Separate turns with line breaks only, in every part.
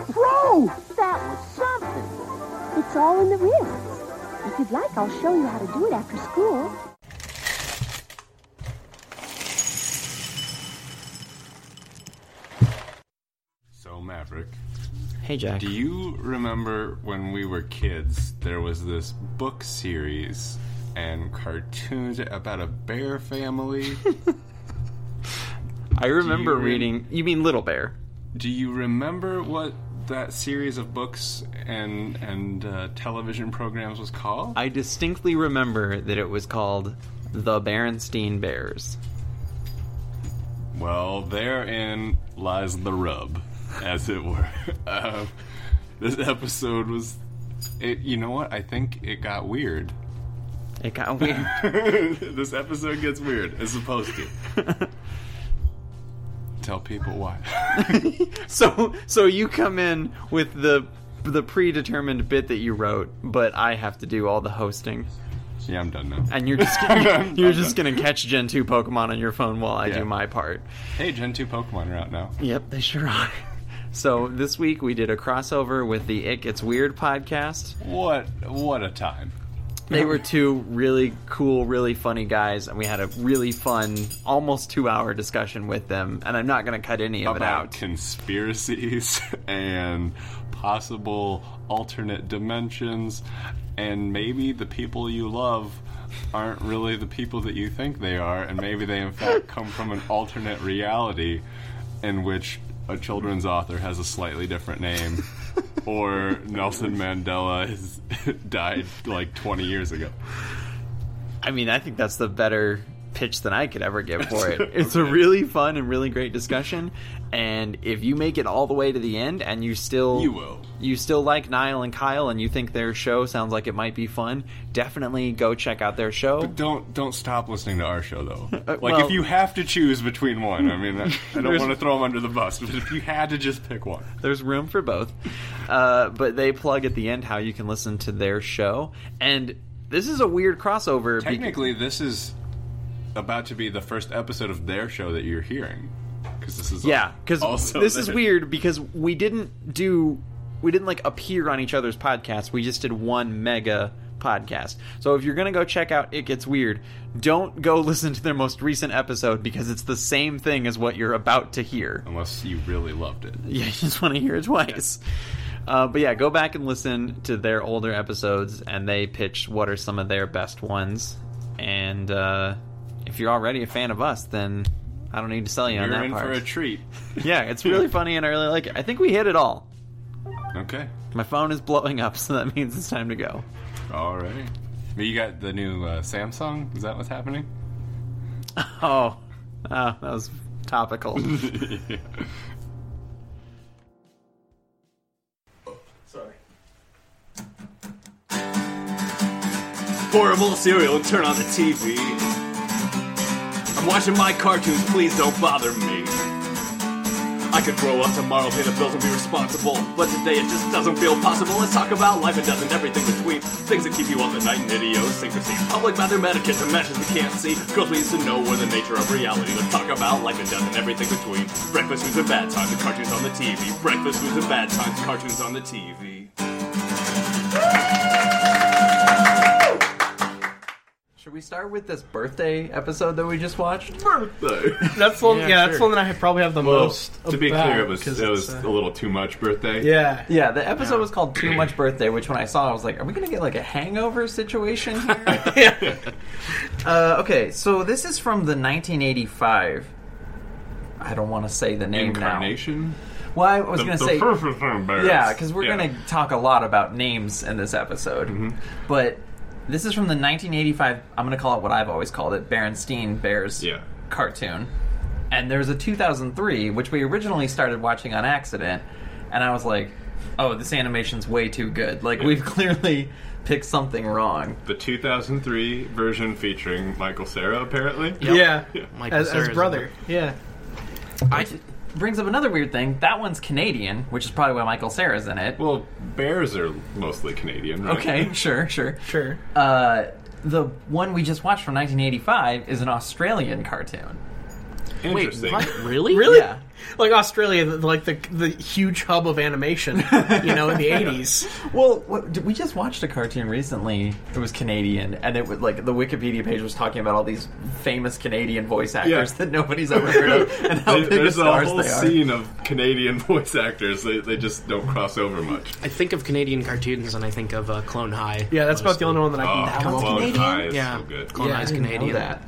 Whew, that was something.
It's all in the wrists. If you'd like, I'll show you how to do it after school.
So, Maverick,
Hey, Jack.
do you remember when we were kids, there was this book series and cartoons about a bear family?
I remember
you re-
reading. You mean Little Bear?
do you remember what that series of books and and uh, television programs was called?
I distinctly remember that it was called The Berenstain Bears.
Well, therein lies the rub, as it were. uh, this episode was, it, you know what? I think it got weird.
It got weird.
this episode gets weird. It's supposed to. Tell people why.
so, so you come in with the the predetermined bit that you wrote, but I have to do all the hosting,
yeah, I'm done now.
and you're just
I'm
gonna, you're
done.
just gonna catch Gen two Pokemon on your phone while I
Yeah.
do my part.
Hey, Gen 2 Pokemon are out now.
Yep, they sure are. So this week we did a crossover with the It Gets Weird podcast.
What what a time.
They were two really cool, really funny guys, and we had a really fun, almost two-hour discussion with them. And I'm not going to cut any of it
About
out.
conspiracies and possible alternate dimensions and maybe the people you love aren't really the people that you think they are and maybe they in fact come from an alternate reality in which a children's author has a slightly different name or Nelson Mandela has died like 20 years ago.
I mean, I think that's the better pitch than I could ever give for it. It's a really fun and really great discussion, and if you make it all the way to the end and you still
You will.
you still like Niall and Kyle and you think their show sounds like it might be fun, definitely go check out their show.
Don't don't stop listening to our show though. Like
Uh, well-
if you have to choose between one, I mean, I, I don't
There's-
want to throw them under the bus, but if you had to just pick one,
There's room for both. Uh, but they plug at the end how you can listen to their show. And this is a weird crossover. bec-
technically this is about to be the first episode of their show that you're hearing because this is
yeah, because
also
this is
their-
weird because we didn't do. We didn't like appear on each other's podcast. We just did one mega podcast. So if you're going to go check out It Gets Weird, don't go listen to their most recent episode because it's the same thing as what you're about to hear.
Unless you really loved it,
Yeah, you just want to hear it twice. Uh, but yeah, go back and listen to their older episodes, and they pitch what are some of their best ones. And uh, if you're already a fan of us, then I don't need to sell you on
you're
that
in
part.
for a treat.
yeah, it's really funny, and I really like it. I think we hit it all.
Okay,
My phone is blowing up, so that means it's time to go.
all right. But you got the new uh, Samsung. Is that what's happening?
Oh, uh, that was topical.
pour a bowl of cereal and turn on the TV. I'm watching my cartoons, please don't bother me. I could grow up tomorrow, pay the bills, and be responsible. But today it just doesn't feel possible. Let's talk about life and death and everything between. Things that keep you up at night and idiosyncrasy. Public bathroom etiquette and matches we can't see. Girls we used to know were the nature of reality. Let's talk about life and death and everything between. Breakfast foods and bad times, and cartoons on the TV. Breakfast foods and bad times, cartoons on the TV.
Should we start with this birthday episode that we just watched?
That's the one,
Yeah,
yeah, that's
sure.
the one that I have- probably have the most.
to be
about,
clear, it was
'cause
it
it's,
was
uh,
a little too much birthday.
yeah.
Yeah, the episode was called Too Much Birthday, which when I saw, I was like, are we going to get like a hangover situation here? uh, okay, so this is from the 1985. I don't want to say the name now.
Incarnation.
Well, I was
The-
going to
the
say.
first is embarrassed.
Yeah, because we're
Yeah. Mm-hmm.
going to talk a lot about names in this episode. But this is from the 1985, I'm going to call it what I've always called it Berenstain Bears
Yeah.
cartoon. And there's a 2003, which we originally started watching on accident. And I was like, oh, this animation's way too good. Like, we've clearly picked something wrong.
The 2003 version featuring Michael Sarah, apparently.
Yeah.
Michael
As, as
Cera's
brother. Yeah.
Which brings up another weird thing. That one's Canadian, which is probably why Michael Sarah's in it.
Well, bears are mostly Canadian, right?
Okay, sure, sure.
Sure.
Uh, the one we just watched from 1985 is an Australian cartoon.
Interesting.
What? Really?
Really?
Yeah.
Like Australia, th- like the the huge hub of animation, you know, in the eighties.
Well, what, did- we just watched a cartoon recently. It was Canadian, and it was like the Wikipedia page was talking about all these famous Canadian voice actors
Yeah.
that nobody's ever heard of, and how
There-
big of
There's a
stars
whole
they are.
scene of Canadian voice actors. They, they just don't cross over much.
I think of Canadian cartoons and I think of uh, Clone High.
Yeah, that's about the only
mostly.
one that I
Oh,
can. think of.
Clone
Canadian?
High is
Yeah.
so good.
Clone
Yeah,
High is
I didn't know
Canadian.
that.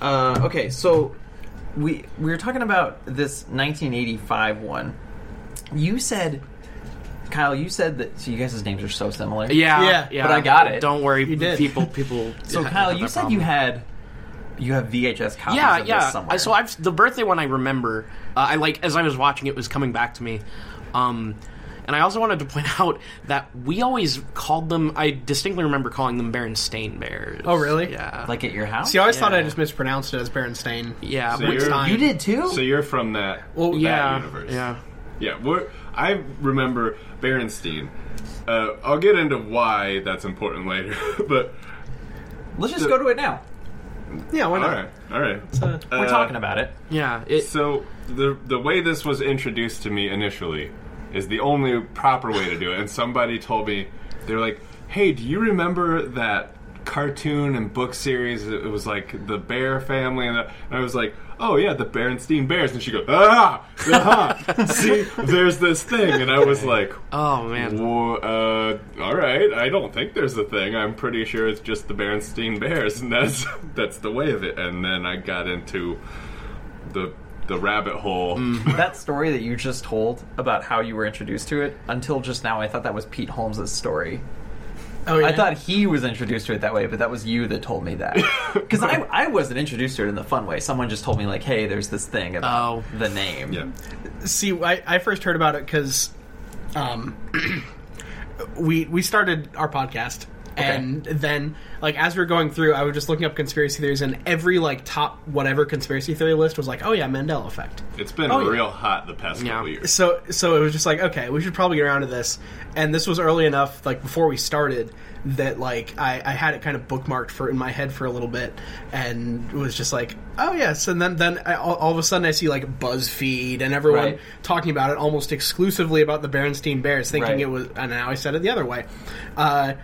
Uh, okay, so we we were talking about this 1985 one. You said, Kyle, you said that. So you guys' names are so similar.
Yeah,
Yeah,
yeah,
but I got it.
Don't worry,
You did.
people. People.
So
have
Kyle,
that
you said
problem.
you had you have VHS copies.
Yeah,
of
yeah.
This somewhere.
I, so I've the birthday one I remember. Uh, I like as I was watching it was coming back to me, um, and I also wanted to point out that we always called them. I distinctly remember calling them Berenstain Bears.
Oh, really?
Yeah.
like at your house.
See, I always thought I
Yeah.
just mispronounced it as Berenstain.
yeah.
So
we-
you're-
Stein.
you did too.
So you're from that, that
yeah.
universe.
Yeah.
Yeah, we're, I remember Berenstein. Uh, I'll get into why that's important later, but
Let's just go to it now.
Yeah, why
all
not?
right, all right.
Uh,
We're talking about it.
Yeah. It,
So the the way this was introduced to me initially is the only proper way to do it. And somebody told me they're like, "Hey, do you remember that cartoon and book series? It was like the Bear Family." And, the, and I was like, "Oh yeah, the Berenstein Bears." And she goes, "Ah, ah, see, there's this thing." And I was like,
oh man.
Well, uh, all right. I don't think there's a thing. I'm pretty sure it's just the Berenstain Bears, and that's that's the way of it. And then I got into the the rabbit hole.
Mm.
That story that you just told about how you were introduced to it, until just now, I thought that was Pete Holmes' story.
Oh, yeah.
I thought he was introduced to it that way, but that was you that told me that. Because I, I wasn't introduced to it in the fun way. Someone just told me, like, hey, there's this thing about
Oh.
the name.
Yeah,
See, I, I first heard about it because um, we we started our podcast, and then like as we were going through, I was just looking up conspiracy theories, and every like top whatever conspiracy theory list was like, oh yeah, Mandela effect.
it's been
Oh, yeah.
real hot the past
Yeah.
couple years.
So so it was just like, okay, we should probably get around to this, and this was early enough, like before we started, that like I, I had it kind of bookmarked for in my head for a little bit, and was just like, oh yes, and then then I, all, all of a sudden I see like BuzzFeed and everyone
Right.
talking about it almost exclusively about the Berenstain Bears, thinking
Right.
it was, and now I said it the other way. Uh,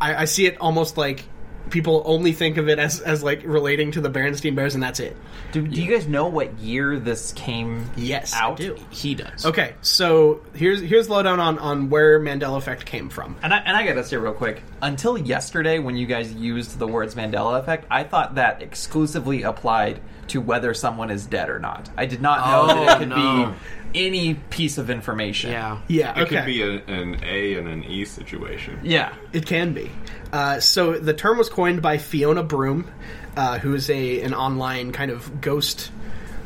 I, I see it almost like people only think of it as as like relating to the Berenstain Bears, and that's it.
Do, do you guys know what year this came
Yes, I
out?
do.
He does.
Okay, so here's here's the lowdown on on where Mandela effect came from.
And I, and I gotta say real quick, until yesterday when you guys used the words Mandela effect, I thought that exclusively applied to whether someone is dead or not. I did not know
Oh,
that it could
no.
be any piece of information.
Yeah.
Yeah,
It could be an, an A and an E situation.
Yeah.
It can be. Uh, so the term was coined by Fiona Broom, uh, who is a an online kind of ghost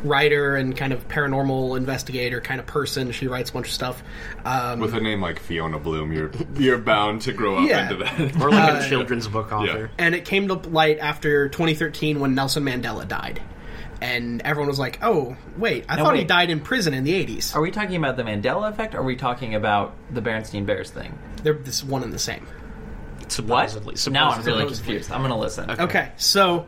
writer and kind of paranormal investigator kind of person. She writes a bunch of stuff. Um,
With a name like Fiona Bloom, you're you're bound to grow up
Yeah.
into that.
Or like a children's book author.
and it came to light after 2013 when Nelson Mandela died. And everyone was like, "Oh, wait! I
Now
thought he
wait.
died in prison in the '80s."
Are we talking about the Mandela effect or are we talking about the Berenstein Bears thing?
They're this one and the same.
Supposedly.
Now I'm
Supposedly.
really confused. I'm gonna listen.
Okay, so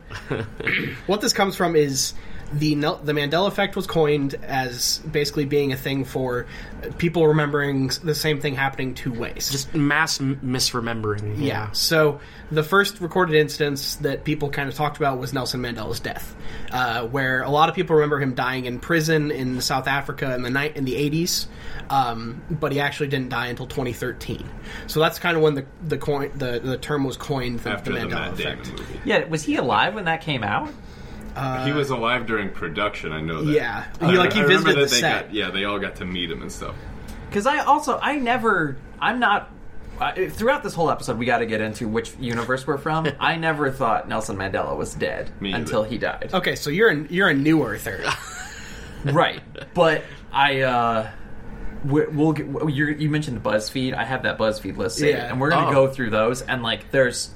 what this comes from is the Nel- the Mandela effect was coined as basically being a thing for uh, people remembering s- the same thing happening two ways.
Just mass m- misremembering.
yeah. So the first recorded instance that people kind of talked about was Nelson Mandela's death, uh, where a lot of people remember him dying in prison in South Africa in the night in the eighties, um, but he actually didn't die until 2013. So that's kind of when the the coin the, the term was coined the,
After
the
the,
Mandela
Matt
effect. Uh,
Damon movie,
Yeah, was he alive when that came out?
he was alive during production. I know that.
Yeah.
I
He,
remember-
like, he
I remember
visited
that
the
they
set.
Got, yeah, they all got to meet him and stuff.
Because I also I never I'm not I, throughout this whole episode we got to get into which universe we're from. I never thought Nelson Mandela was dead
Me either.
until he died.
Okay, so you're a, you're a new earther.
Right, but I uh, we- we'll get, you you mentioned BuzzFeed. I have that BuzzFeed list, saved,
Yeah.
and we're gonna go
Oh.
through those and like there's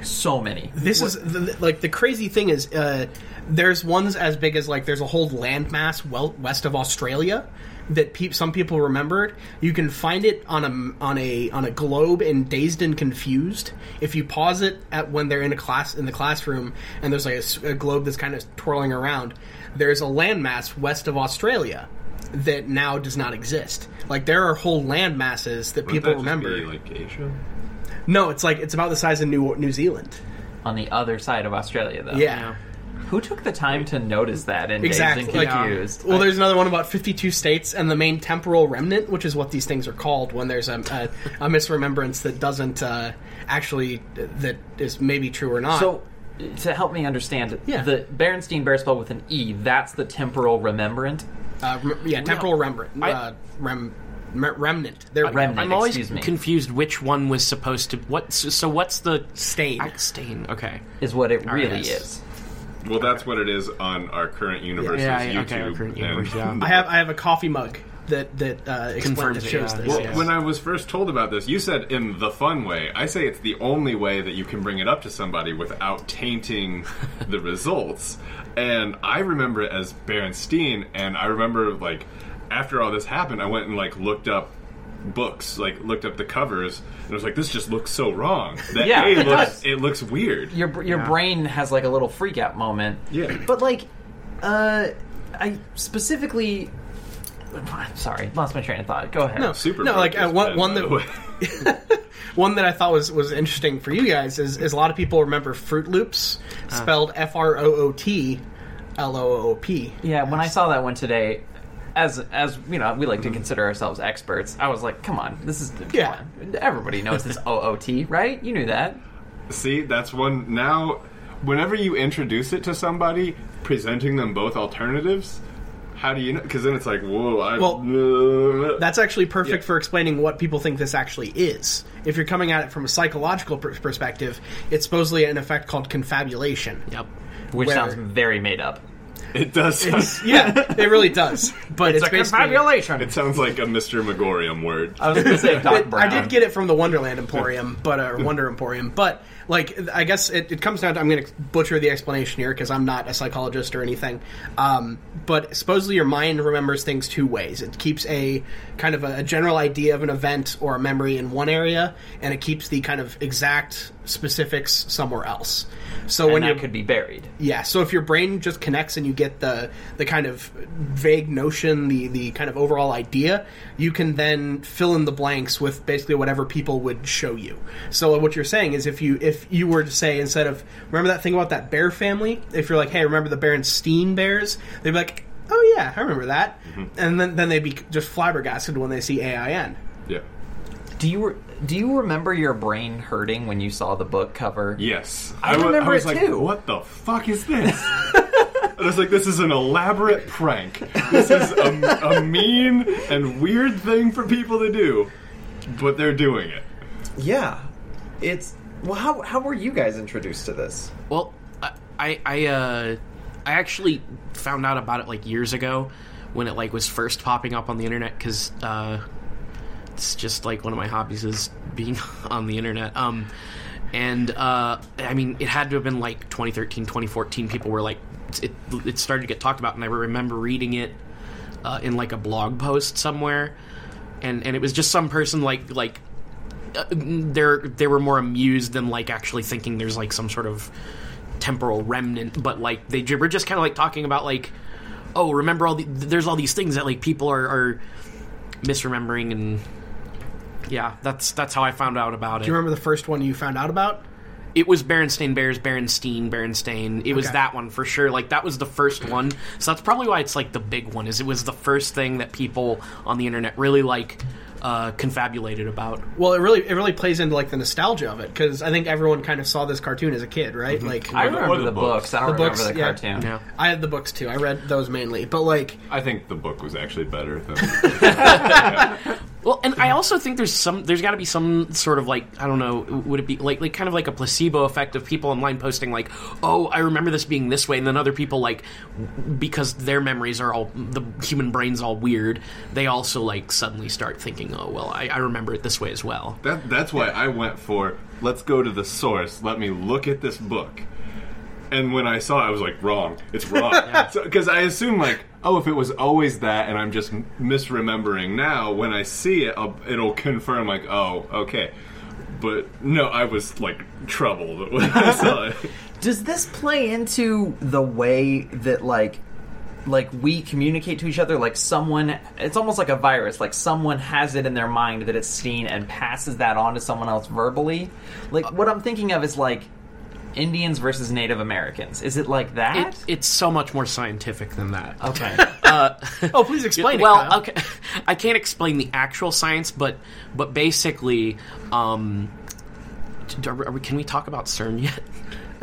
so many.
This is the, the- like the crazy thing is uh, there's ones as big as like there's a whole landmass well west of Australia that peop some people remember it. You can find it on a on a on a globe in Dazed and Confused. If you pause it at when they're in a class in the classroom and there's like a s- a, globe that's kind of twirling around, there's a landmass west of Australia that now does not exist. Like there are whole landmasses that people remember.
like Asia.
no, it's like it's about the size of New New Zealand.
on the other side of Australia, though.
Yeah.
Who took the time to notice that and
Exactly.
Dazed
Like,
and confused?
Well, there's another one about 52 states and the main temporal remnant, which is what these things are called when there's a, a, a misremembrance that doesn't uh, actually that is maybe true or not.
So, to help me understand,
Yeah.
the Berenstein Bear spell with an E, that's the temporal remembrant.
uh, rem- yeah, temporal remnant, uh, rem, rem- remnant. They're
Remnant,
I'm always
excuse me,
confused which one was supposed to what. So what's the
Stain.
Ac- Stain. Okay.
is what it really
yes.
is.
Well, that's what it is on our current universe's
Yeah, yeah,
YouTube.
okay, our current
and-
universe, yeah.
I have I have a coffee mug that that uh, explains-
Confirms
that
it,
shows
yeah.
this.
Well,
yes.
when I was first told about this, you said in the fun way. I say it's the only way that you can bring it up to somebody without tainting the results. And I remember it as Berenstein, and I remember like after all this happened, I went and like looked up books, like looked up the covers, and I was like, this just looks so wrong. That
Yeah,
A
it
looks
does.
it looks weird.
Your br- your brain has like a little freak out moment.
Yeah.
But like, uh, I specifically. I'm sorry, lost my train of thought. Go ahead.
No.
Super.
like,
focused,
uh, one-
by
one
the
that-
way.
One that I thought was, was interesting for you guys is, is a lot of people remember Fruit Loops spelled F R O O T L O O P.
Yeah, when I saw that one today, as as you know, we like to consider ourselves experts. I was like, come on, this is come
Mm-hmm. Yeah.
on. Everybody knows this OOT, right? You knew that.
See, that's one. Now, whenever you introduce it to somebody, presenting them both alternatives, how do you know? Because then it's like, whoa, I. uh,
Well, That's actually perfect
Yeah.
for explaining what people think this actually is. If you're coming at it from a psychological per- perspective, it's supposedly an effect called confabulation.
Yep.
Which
Where-
sounds very made up.
it does. Sound,
Yeah, it really does. But it's, basically.
it sounds like a Mr. Megorium word.
I was going to say Doc
I
Brown.
did get it from the Wonderland Emporium, but uh, or Wonder Emporium. But like, I guess it, it comes down to I'm going to butcher the explanation here because I'm not a psychologist or anything. Um, but supposedly your mind remembers things two ways. It keeps a kind of a, a general idea of an event or a memory in one area, and it keeps the kind of exact specifics somewhere else. So
and
when
that
you
could be buried.
yeah, so if your brain just connects and you get the the kind of vague notion, the the kind of overall idea, you can then fill in the blanks with basically whatever people would show you. So what you're saying is if you if you were to say instead of remember that thing about that bear family, if you're like, "Hey, remember the Berenstein bears?" They'd be like, "Oh yeah, I remember that." And then then they'd be just flabbergasted when they see AIN.
Yeah.
Do you re- do you remember your brain hurting when you saw the book cover?
Yes.
I
wa-
remember
was
it
like,
too.
What the fuck is this? I was like, this is an elaborate prank. This is a, a mean and weird thing for people to do, but they're doing it.
Yeah. It's well, how how were you guys introduced to this?
Well, I I I, uh, I actually found out about it like years ago when it like was first popping up on the internet because uh, it's just like one of my hobbies is being on the internet. Um, and uh, I mean, it had to have been like 2013, 2014. People were like, it it started to get talked about, and I remember reading it uh, in like a blog post somewhere, and and it was just some person like like uh, they're they were more amused than like actually thinking there's like some sort of temporal remnant but like they ju- were just kind of like talking about like oh remember all the there's all these things that like people are, are misremembering and yeah that's that's how i found out about it
Do you remember the first one you found out about?
it was Berenstain Bears, Berenstein, Berenstain. It was
Okay.
that one for sure. Like that was the first one, so that's probably why it's like the big one. Is it was the first thing that people on the internet really like uh, confabulated about.
Well, it really it really plays into like the nostalgia of it because I think everyone kind of saw this cartoon as a kid, right? Like
I
the-
remember
or
the,
the
books. I don't
The
remember
books,
the
yeah.
cartoon.
Yeah.
I had the books too. I read those mainly, but like
I think the book was actually better than.
Well, and I also think there's some there's got to be some sort of like I don't know would it be like like kind of like a placebo effect of people online posting like oh I remember this being this way and then other people like w- because their memories are all the human brain's all weird they also like suddenly start thinking oh well I, I remember it this way as well
That, that's why I went for let's go to the source. Let me look at this book. And when I saw it, I was like, wrong. It's wrong. Because I assume, like, oh, if it was always that and I'm just m- misremembering now, when I see it, I'll, it'll confirm, like, oh, okay. But no, I was, like, troubled when I saw it.
Does this play into the way that like like we communicate to each other like someone it's almost like a virus like someone has it in their mind that it's seen and passes that on to someone else verbally like what i'm thinking of is like indians versus native americans is it like that
It, it's so much more scientific than that.
okay
Oh, please explain it.
well,
Kyle.
okay, I can't explain the actual science, but but basically, um, d- are we- are we- can we talk about CERN yet?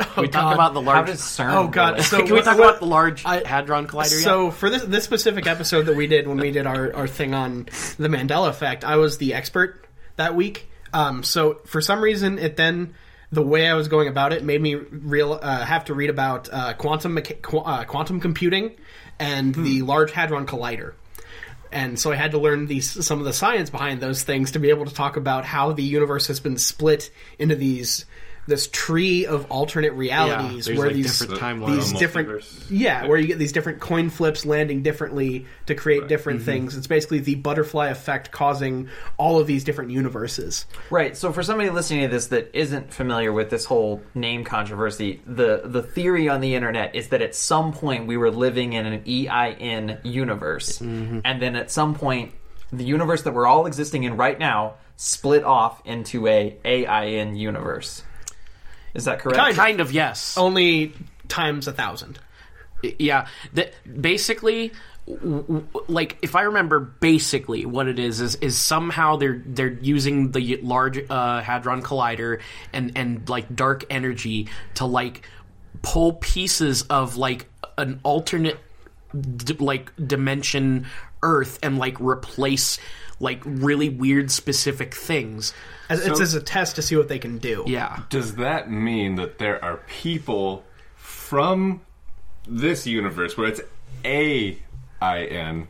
Can we talk
Oh, God.
about the large.
how does cern
Oh god!
relate-
So
can we
what-
talk
what-
about the Large
I-
Hadron Collider yet?
So for this this specific episode that we did when we did our, our thing on the Mandela effect, I was the expert that week. Um, so for some reason, it then the way I was going about it made me real uh, have to read about uh, quantum mecha- qu- uh, quantum computing and the Large Hadron Collider. And so I had to learn these some of the science behind those things to be able to talk about how the universe has been split into these this tree of alternate realities
there's,
where
like,
these
different timelines.
these
The
different
multiverse.
yeah, where you get these different coin flips landing differently to create different
Mm-hmm.
things. It's basically the butterfly effect causing all of these different universes.
Right. So for somebody listening to this that isn't familiar with this whole name controversy, the the theory on the internet is that at some point we were living in an EIN universe, and then at some point the universe that we're all existing in right now split off into a AIN universe. Is that correct?
kind of yes.
Only times a thousand.
yeah that basically w- w- like if i remember basically what it is is is somehow they're they're using the large uh, hadron collider and and like dark energy to like pull pieces of like an alternate d- like dimension earth and like replace like really weird specific things
As, it's as a test to see what they can do.
yeah
Does that mean that there are people from this universe where it's A I N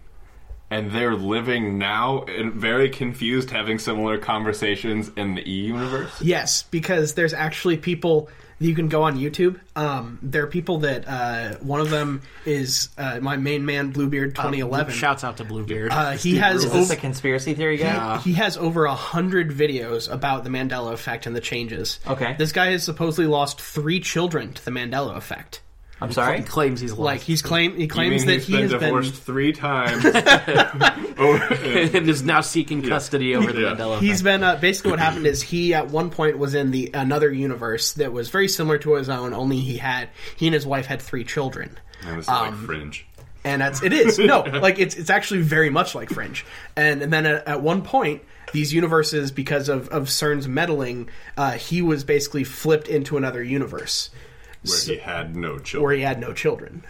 and they're living now and very confused having similar conversations in the E universe?
Yes, because there's actually people that you can go on YouTube. Um, there are people that uh, one of them is uh, my main man Bluebeard 2011.
Uh, shouts out to bluebeard
uh, he has
Is this
ov-
a conspiracy theory guy?
He has over a hundred videos about the Mandela effect and the changes.
Okay.
This guy has supposedly lost three children to the Mandela effect.
I'm
he
sorry.
claims he's lost.
Like he's claim he
I mean,
claims that
he's
he
been
has
divorced three times.
and is now seeking custody over the
Yeah.
Mandela.
been he's
effect.
been uh, basically what happened is he at one point was in the another universe that was very similar to his own. Only he had he and his wife had three children.
And it's like
Um,
fringe.
and that's it is no like it's it's actually very much like fringe and and then at, at one point these universes because of of cern's meddling uh, he was basically flipped into another universe
Where he had no
where
children.
he had no children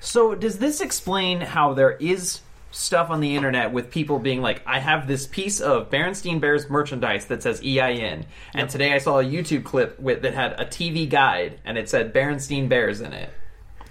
So does this explain how there is stuff on the internet with people being like, I have this piece of Berenstein Bears merchandise that says EIN, and today I saw a YouTube clip with, that had a TV guide and it said Berenstein Bears in it.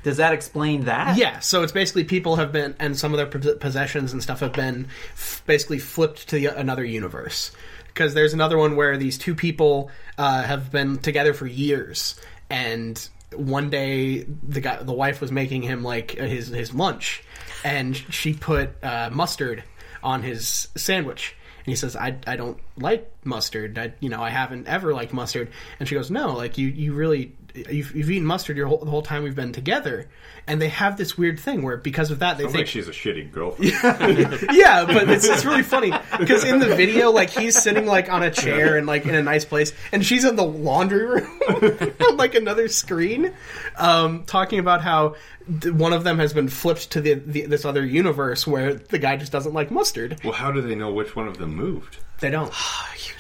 Does that explain that?
yeah so it's basically people have been and some of their pos- possessions and stuff have been f- basically flipped to the, another universe because there's another one where these two people uh, have been together for years and one day the guy the wife was making him like his his lunch and she put uh, mustard on his sandwich and he says i, I don't like mustard I, you know i haven't ever liked mustard and she goes no like you you really you've, you've eaten mustard your whole, the whole time we've been together and they have this weird thing where because of that they
I think
think
she's a shitty girlfriend.
yeah, but it's, it's really funny because in the video, like he's sitting like on a chair and like in a nice place, and she's in the laundry room on like another screen, um, talking about how th- one of them has been flipped to the, the this other universe where the guy just doesn't like mustard.
Well, how do they know which one of them moved?
They don't.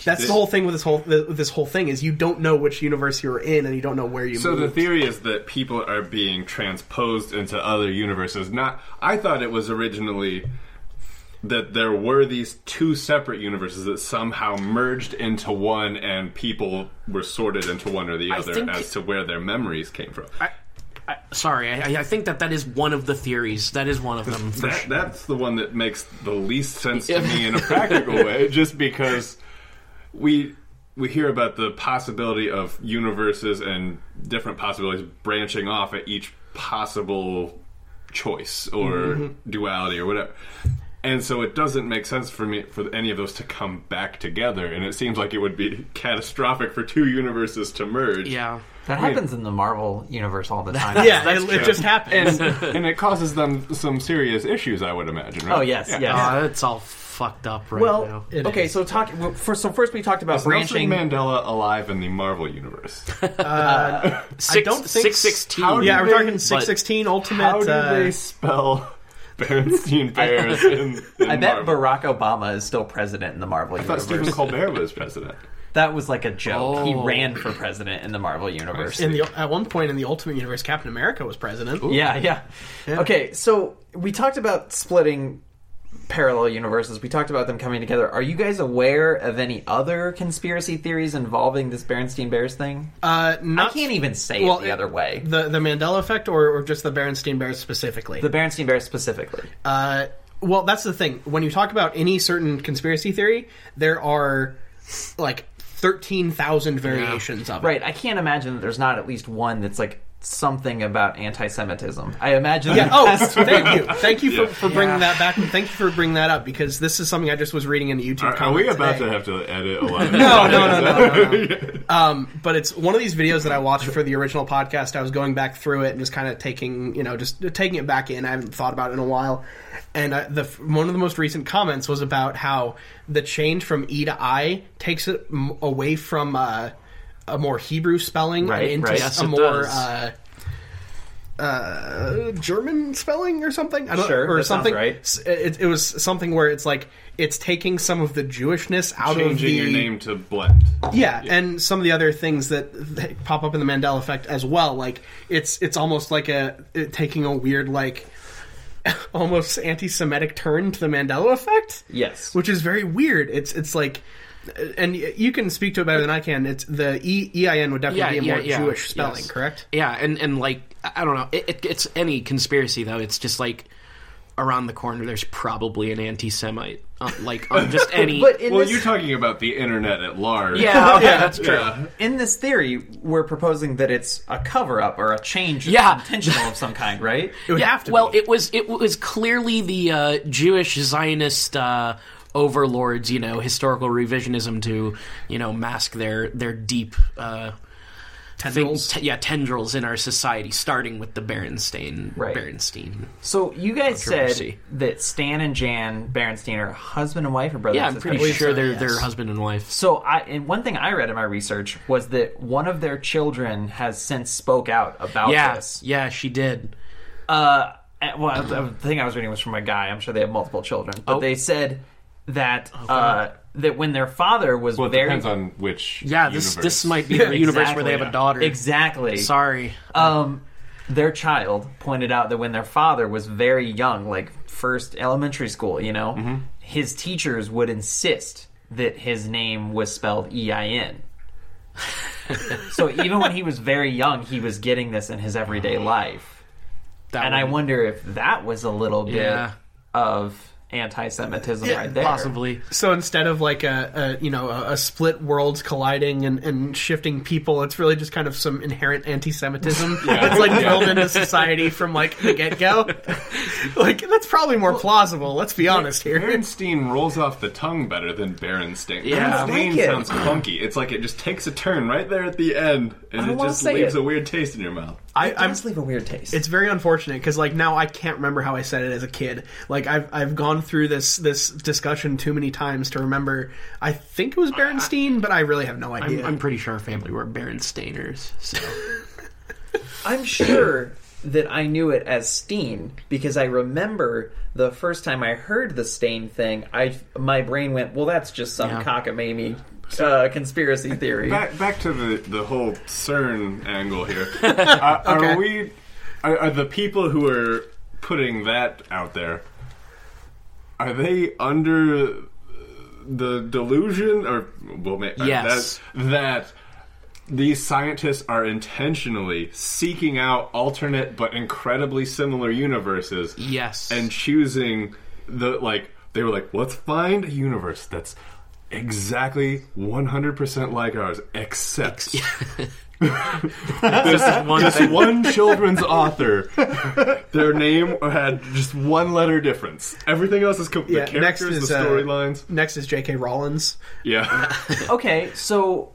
That's the whole thing with this whole th- with this whole thing is you don't know which universe you're in and you don't know where you.
So the
moved.
theory is that people are being transposed into other universes. Not, I thought it was originally that there were these two separate universes that somehow merged into one, and people were sorted into one or the other
think-
as to where their memories came from.
I, sorry, I, I think that that is one of the theories. That is one of them. for
that,
sure.
that's the one that makes the least sense to me in a practical way, just because we we hear about the possibility of universes and different possibilities branching off at each possible choice or
Mm-hmm.
duality or whatever. And so it doesn't make sense for me for any of those to come back together, and it seems like it would be catastrophic for two universes to merge.
Yeah.
That happens in the Marvel universe all the time.
Yeah, it, it just happens.
and it causes them some serious issues, I would imagine. Right?
Oh yes, yes.
Aw, it's Ah, all fucked up right now.
well,
It
okay.
is.
So talk. well, first, so first we talked about
Is
branching.
Nelson Mandela alive in the Marvel universe.
Six,
don't think-
six sixteen.
How do
yeah, we're
they-
talking six sixteen ultimate.
How do
uh,
they spell Bernstein Bears? in, in
I bet
Marvel?
Barack Obama is still president in the Marvel
I thought Stephen
universe.
Colbert was president.
That was like a joke. He
Oh.
ran for president in the Marvel universe.
in the at one point in the Ultimate Universe, Captain America was president.
Yeah, yeah, Okay, so we talked about splitting parallel universes. We talked about them coming together. Are you guys aware of any other conspiracy theories involving this Berenstein Bears thing?
Uh,
I
not
can't even say it the
it-
other way. The,
The the Mandela effect, or, or just the Berenstain Bears specifically.
Berenstein Bears specifically.
uh, well, that's the thing. When you talk about any certain conspiracy theory, there are like thirteen thousand variations of it.
right. I can't imagine that there's not at least one that's like something about anti-Semitism. I imagine.
Yeah.
that
Oh,
that's-
thank you, thank you for, for bringing that back. and Thank you for bringing that up because this is something I just was reading in the YouTube.
Are, are we
comment
about
today.
to have to edit a lot? Of
No, no, no, no, no, no. Um, but it's one of these videos that I watched for the original podcast. I was going back through it and just kind of taking, you know, just taking it back in. I haven't thought about it in a while. And I, the one of the most recent comments was about how the change from E to I takes it m- away from uh, a more Hebrew spelling
Right,
and into
right.
a
Yes,
it
more.
does.
Uh, uh, German spelling or something? I don't,
Sure,
or
that sounds
something.
right.
S- It, it was something where it's like it's taking some of the Jewishness out of the
Changing your name to Blend.
yeah, and some of the other things that, that pop up in the Mandela effect as well. Like it's it's almost like a it taking a weird like almost anti-Semitic turn to the Mandela effect.
Yes.
which is very weird. It's it's like. And you can speak to it better than I can. It's the E E I N would definitely
Yeah,
be a
yeah,
more
yeah.
Jewish spelling,
Yes.
correct?
Yeah, and and like I I don't know, it, it, it's any conspiracy though. It's just like around the corner, there's probably an anti-Semite, uh, like on just any.
But in
Well,
this,
you're talking about the internet at large.
yeah, okay, that's true.
Yeah.
in this theory, we're proposing that it's a cover-up or a change,
Yeah.
intentional of some kind, right?
It would
Yeah,
have to
well,
be.
it was it was clearly the uh, Jewish Zionist uh, overlords, you know, historical revisionism to you know mask their their deep uh,
Tendrils?
thing- te- yeah, tendrils in our society, starting with the Berenstain.
Right.
Berenstein.
So you guys said
Controversy.
that Stan and Jan Berenstein are husband and wife or brothers?
Yeah,
and
I'm pretty
sisters?
sure they're they're husband and wife.
So I, and one thing I read in my research was that one of their children has since spoke out about
Yeah,
this.
yeah, she did.
Uh, and- well, the thing I was reading was from a guy. I'm sure they have multiple children, but
Oh.
they said that uh, that when their father was
Well, it
very
depends on which.
Yeah, this
universe.
this might be the universe where they have
Exactly.
a daughter.
exactly
Sorry.
Um, their child pointed out that when their father was very young, like first elementary school, you know, his teachers would insist that his name was spelled E I N. so even when he was very young, he was getting this in his everyday life.
That
And I
one.
wonder if that was a little bit
Yeah.
of anti Semitism right there.
possibly.
so instead of like a, a you know a, a split worlds colliding and, and shifting people, it's really just kind of some inherent anti-Semitism that's like drilled into society from like the get-go. like that's probably more plausible. Let's be honest here.
Berenstein rolls off the tongue better than Berenstain.
Yeah.
Berenstain sounds funky. It's like it just takes a turn right there at the end, and it
wanna
just
say
leaves
it.
a weird taste in your mouth.
I,
I
I'm
just leave a weird taste.
it's very unfortunate because like now I can't remember how I said it as a kid. Like I've I've gone through this this discussion too many times to remember. I think it was Berenstein, but I really have no idea.
I'm, I'm pretty sure our family were Berenstainers. So.
I'm sure that I knew it as Steen because I remember the first time I heard the Stain thing. I my brain went, well, that's just some
Yeah.
cockamamie uh, conspiracy theory.
Back back to the the whole CERN angle here. are, are
Okay.
we? Are, are the people who are putting that out there? Are they under the delusion, or well, ma-
Yes.
that, that these scientists are intentionally seeking out alternate but incredibly similar universes?
Yes.
and choosing the like they were like let's find a universe that's exactly 100% like ours, except
One
this
thing.
one children's author, their name had just one letter difference. Everything else is com-
Yeah,
the
next
characters,
is
the
uh,
storylines.
Next is J.K. Rollins.
yeah.
Okay, so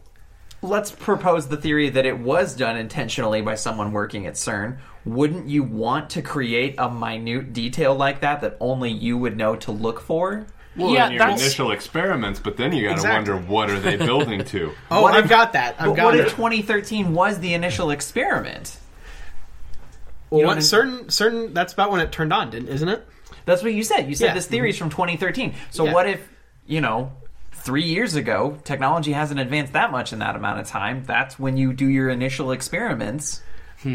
let's propose the theory that it was done intentionally by someone working at CERN. Wouldn't you want to create a minute detail like that that only you would know to look for?
Well,
Yeah,
in your
that's-
initial experiments, but then you gotta
Exactly.
wonder what are they building to.
Oh,
What
I've
if-
got that. I've
But
got
what
it.
if 2013 was the initial experiment?
well,
know
what-
what I-
certain certain that's about when it turned on, didn't isn't it?
That's what you said. You said
Yeah.
this theory is from 2013. So
Yeah.
what if, you know, three years ago, technology hasn't advanced that much in that amount of time? That's when you do your initial experiments.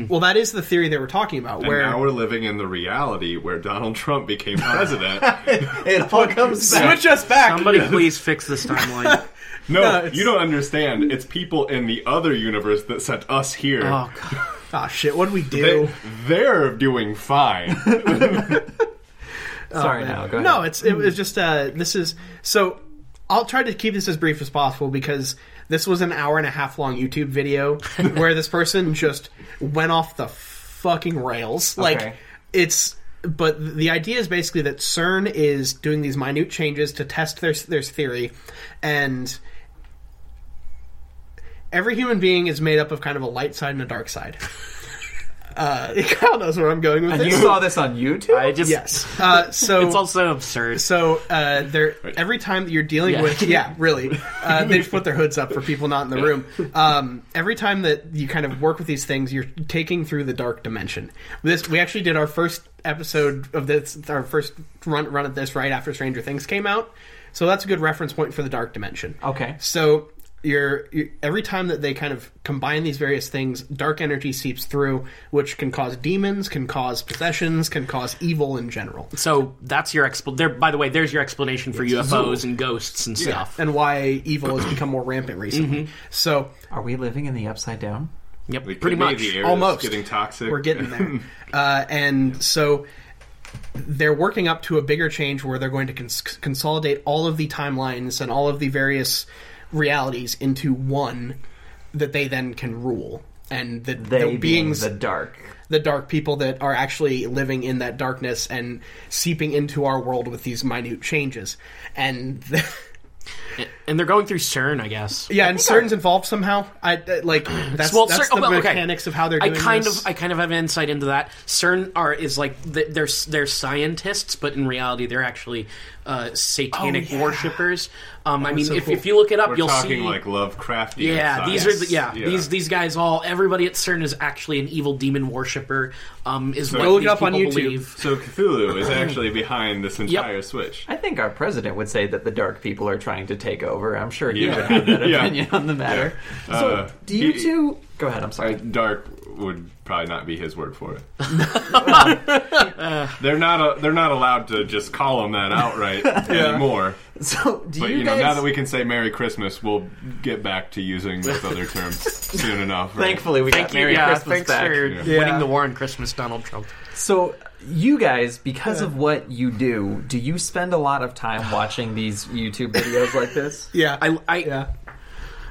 Well, that is the theory that we're talking about.
And
where
now we're living in the reality where Donald Trump became president.
It all comes
switch us back.
Somebody please fix this timeline.
No,
it's-
you don't understand. It's people in the other universe that sent us here.
Oh god.
Ah, shit. What do we do?
they, they're doing fine.
Sorry, now go ahead.
No, it's it was just uh, this is so. I'll try to keep this as brief as possible because this was an hour and a half long YouTube video where this person just went off the fucking rails.
Okay.
Like it's. But the idea is basically that CERN is doing these minute changes to test their their theory, and every human being is made up of kind of a light side and a dark side. Uh, Kyle knows where I'm going with
You
this.
saw this on YouTube?
I just
yes. Uh, so
it's also absurd.
so uh, they're every time that you're dealing
Yeah.
with, yeah, really, uh, they just put their hoods up for people not in the room. Um, every time that you kind of work with these things, you're taking through the dark dimension. This we actually did our first episode of this, our first run run at this right after Stranger Things came out. So that's a good reference point for the dark dimension.
Okay.
So you're, you every time that they kind of combine these various things, dark energy seeps through, which can cause demons, can cause possessions, can cause evil in general.
So that's your expl. There, by the way, there's your explanation for UFOs and ghosts and stuff.
and why evil has become more rampant recently.
Mm-hmm.
So
Are we living in the upside down?
Yep,
Like,
pretty
maybe
much.
The air is
Almost.
getting toxic.
we're getting there. uh, and so they're working up to a bigger change where they're going to cons- consolidate all of the timelines and all of the various realities into one that they then can rule. And the,
They
the
being
beings,
the dark.
the dark people that are actually living in that darkness and seeping into our world with these minute changes. And
and they're going through CERN, I guess.
yeah, and CERN's involved somehow. I I- like that's,
Well,
that's
CERN,
the
oh, well, okay.
mechanics of how they're
I
doing
kind
this.
of, I kind of have an insight into that. CERN are is like th- they're they're scientists, but in reality, they're actually uh, satanic
Oh, yeah.
worshippers. Um, I mean,
so
if,
cool.
if you look it up,
We're
you'll
talking
see.
like Lovecraftian.
yeah, these are
science.
the, yeah, these these guys all. Everybody at CERN is actually an evil demon worshipper. Um, is what
Go look
these
it up on
people
YouTube.
believe.
So Cthulhu is actually behind this entire switch.
I think our president would say that the dark people are trying to take over. I'm sure he
Yeah.
would have that
Yeah.
opinion on the matter.
Yeah.
So,
Uh,
do you
he-
two? Go ahead. I'm sorry.
I- dark would probably not be his word for it. they're not. A, they're not allowed to just call him that outright anymore.
so, do
But
you,
you, know,
guys?
now that we can say Merry Christmas, we'll get back to using those other terms soon enough. right?
thankfully, we
Thank
got
you.
Merry
yeah,
Christmas
thanks
back.
for
Yeah.
winning the war on Christmas, Donald Trump.
So, you guys, because of what you do, do you spend a lot of time watching these YouTube videos like this?
yeah,
I, I,
yeah.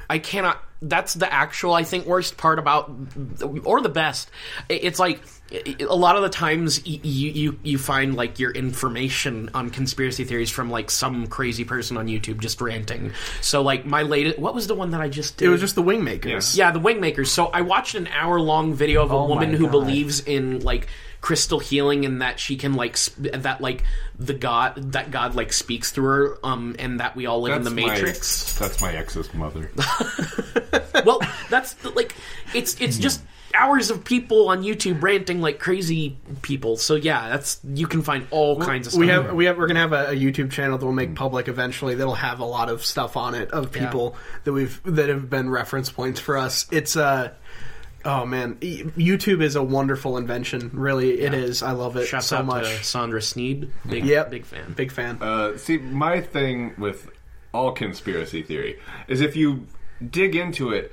I cannot. That's the actual, I think, worst part about, or the best. I- It's like i- a lot of the times y- you you you find like your information on conspiracy theories from like some crazy person on YouTube just ranting. So like my latest, what was the one that I just did?
It was just the wing makers.
Yeah, the wing makers. So I watched an hour long video of a
Oh
woman
my
who
God.
believes in like crystal healing and that she can like sp- that like the god that god like speaks through her um and that we all live in the
my-
matrix
that's my ex's mother.
well, that's the, like it's it's
Hmm.
just hours of people on YouTube ranting like crazy people. So yeah, that's you can find all kinds of stuff.
We have we have we're gonna have a, a YouTube channel that we'll
Mm.
make public eventually. That'll have a lot of stuff on it of people that we've that have been reference points for us. It's uh oh man, Y- YouTube is a wonderful invention. Really, it is. I love it
Shouts
so
out
much.
to Sandra Sneed, big
Yep.
big fan.
Big fan.
Uh, see, my thing with all conspiracy theory is if you dig into it,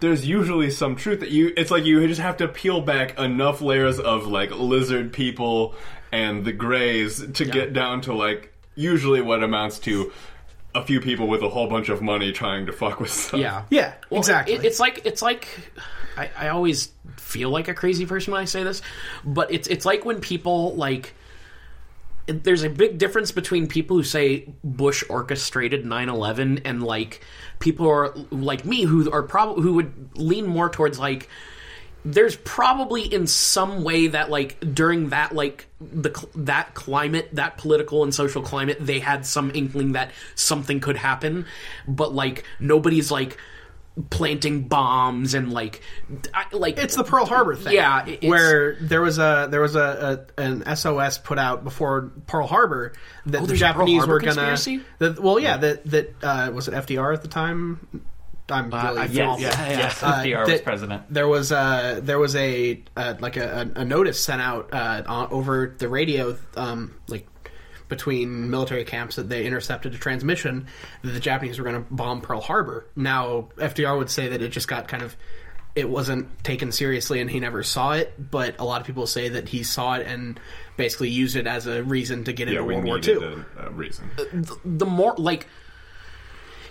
there's usually some truth that you. It's like you just have to peel back enough layers of like lizard people and the Greys to get down to like usually what amounts to a few people with a whole bunch of money trying to fuck with stuff.
Yeah.
Yeah,
Well,
exactly.
it- it's like it's like I, I always feel like a crazy person when I say this, but it's it's like when people like it- there's a big difference between people who say Bush orchestrated 9/11 and like people who are like me who are probably who would lean more towards like there's probably in some way that like during that like the cl- that climate that political and social climate they had some inkling that something could happen but like nobody's like planting bombs and like I, like
It's the Pearl Harbor thing,
Yeah, it- it's-
where there was a there was a, a an SOS put out before Pearl Harbor that the
Oh, there's a Pearl
Japanese
Harbor
were gonna.
conspiracy?
That, well, yeah, that that uh, was it FDR at the time. I'm really
I feel-
Yes,
Yeah, yeah.
yes.
Uh,
FDR was
that-
president.
There was a there was a uh, like a, a a notice sent out uh, on, over the radio, um, like between military camps that they intercepted a transmission that the Japanese were going to bomb Pearl Harbor. Now FDR would say that it just got kind of it wasn't taken seriously and he never saw it, but a lot of people say that he saw it and basically used it as a reason to get
Yeah,
into
we
World War
needed
II.
a, a reason.
the more like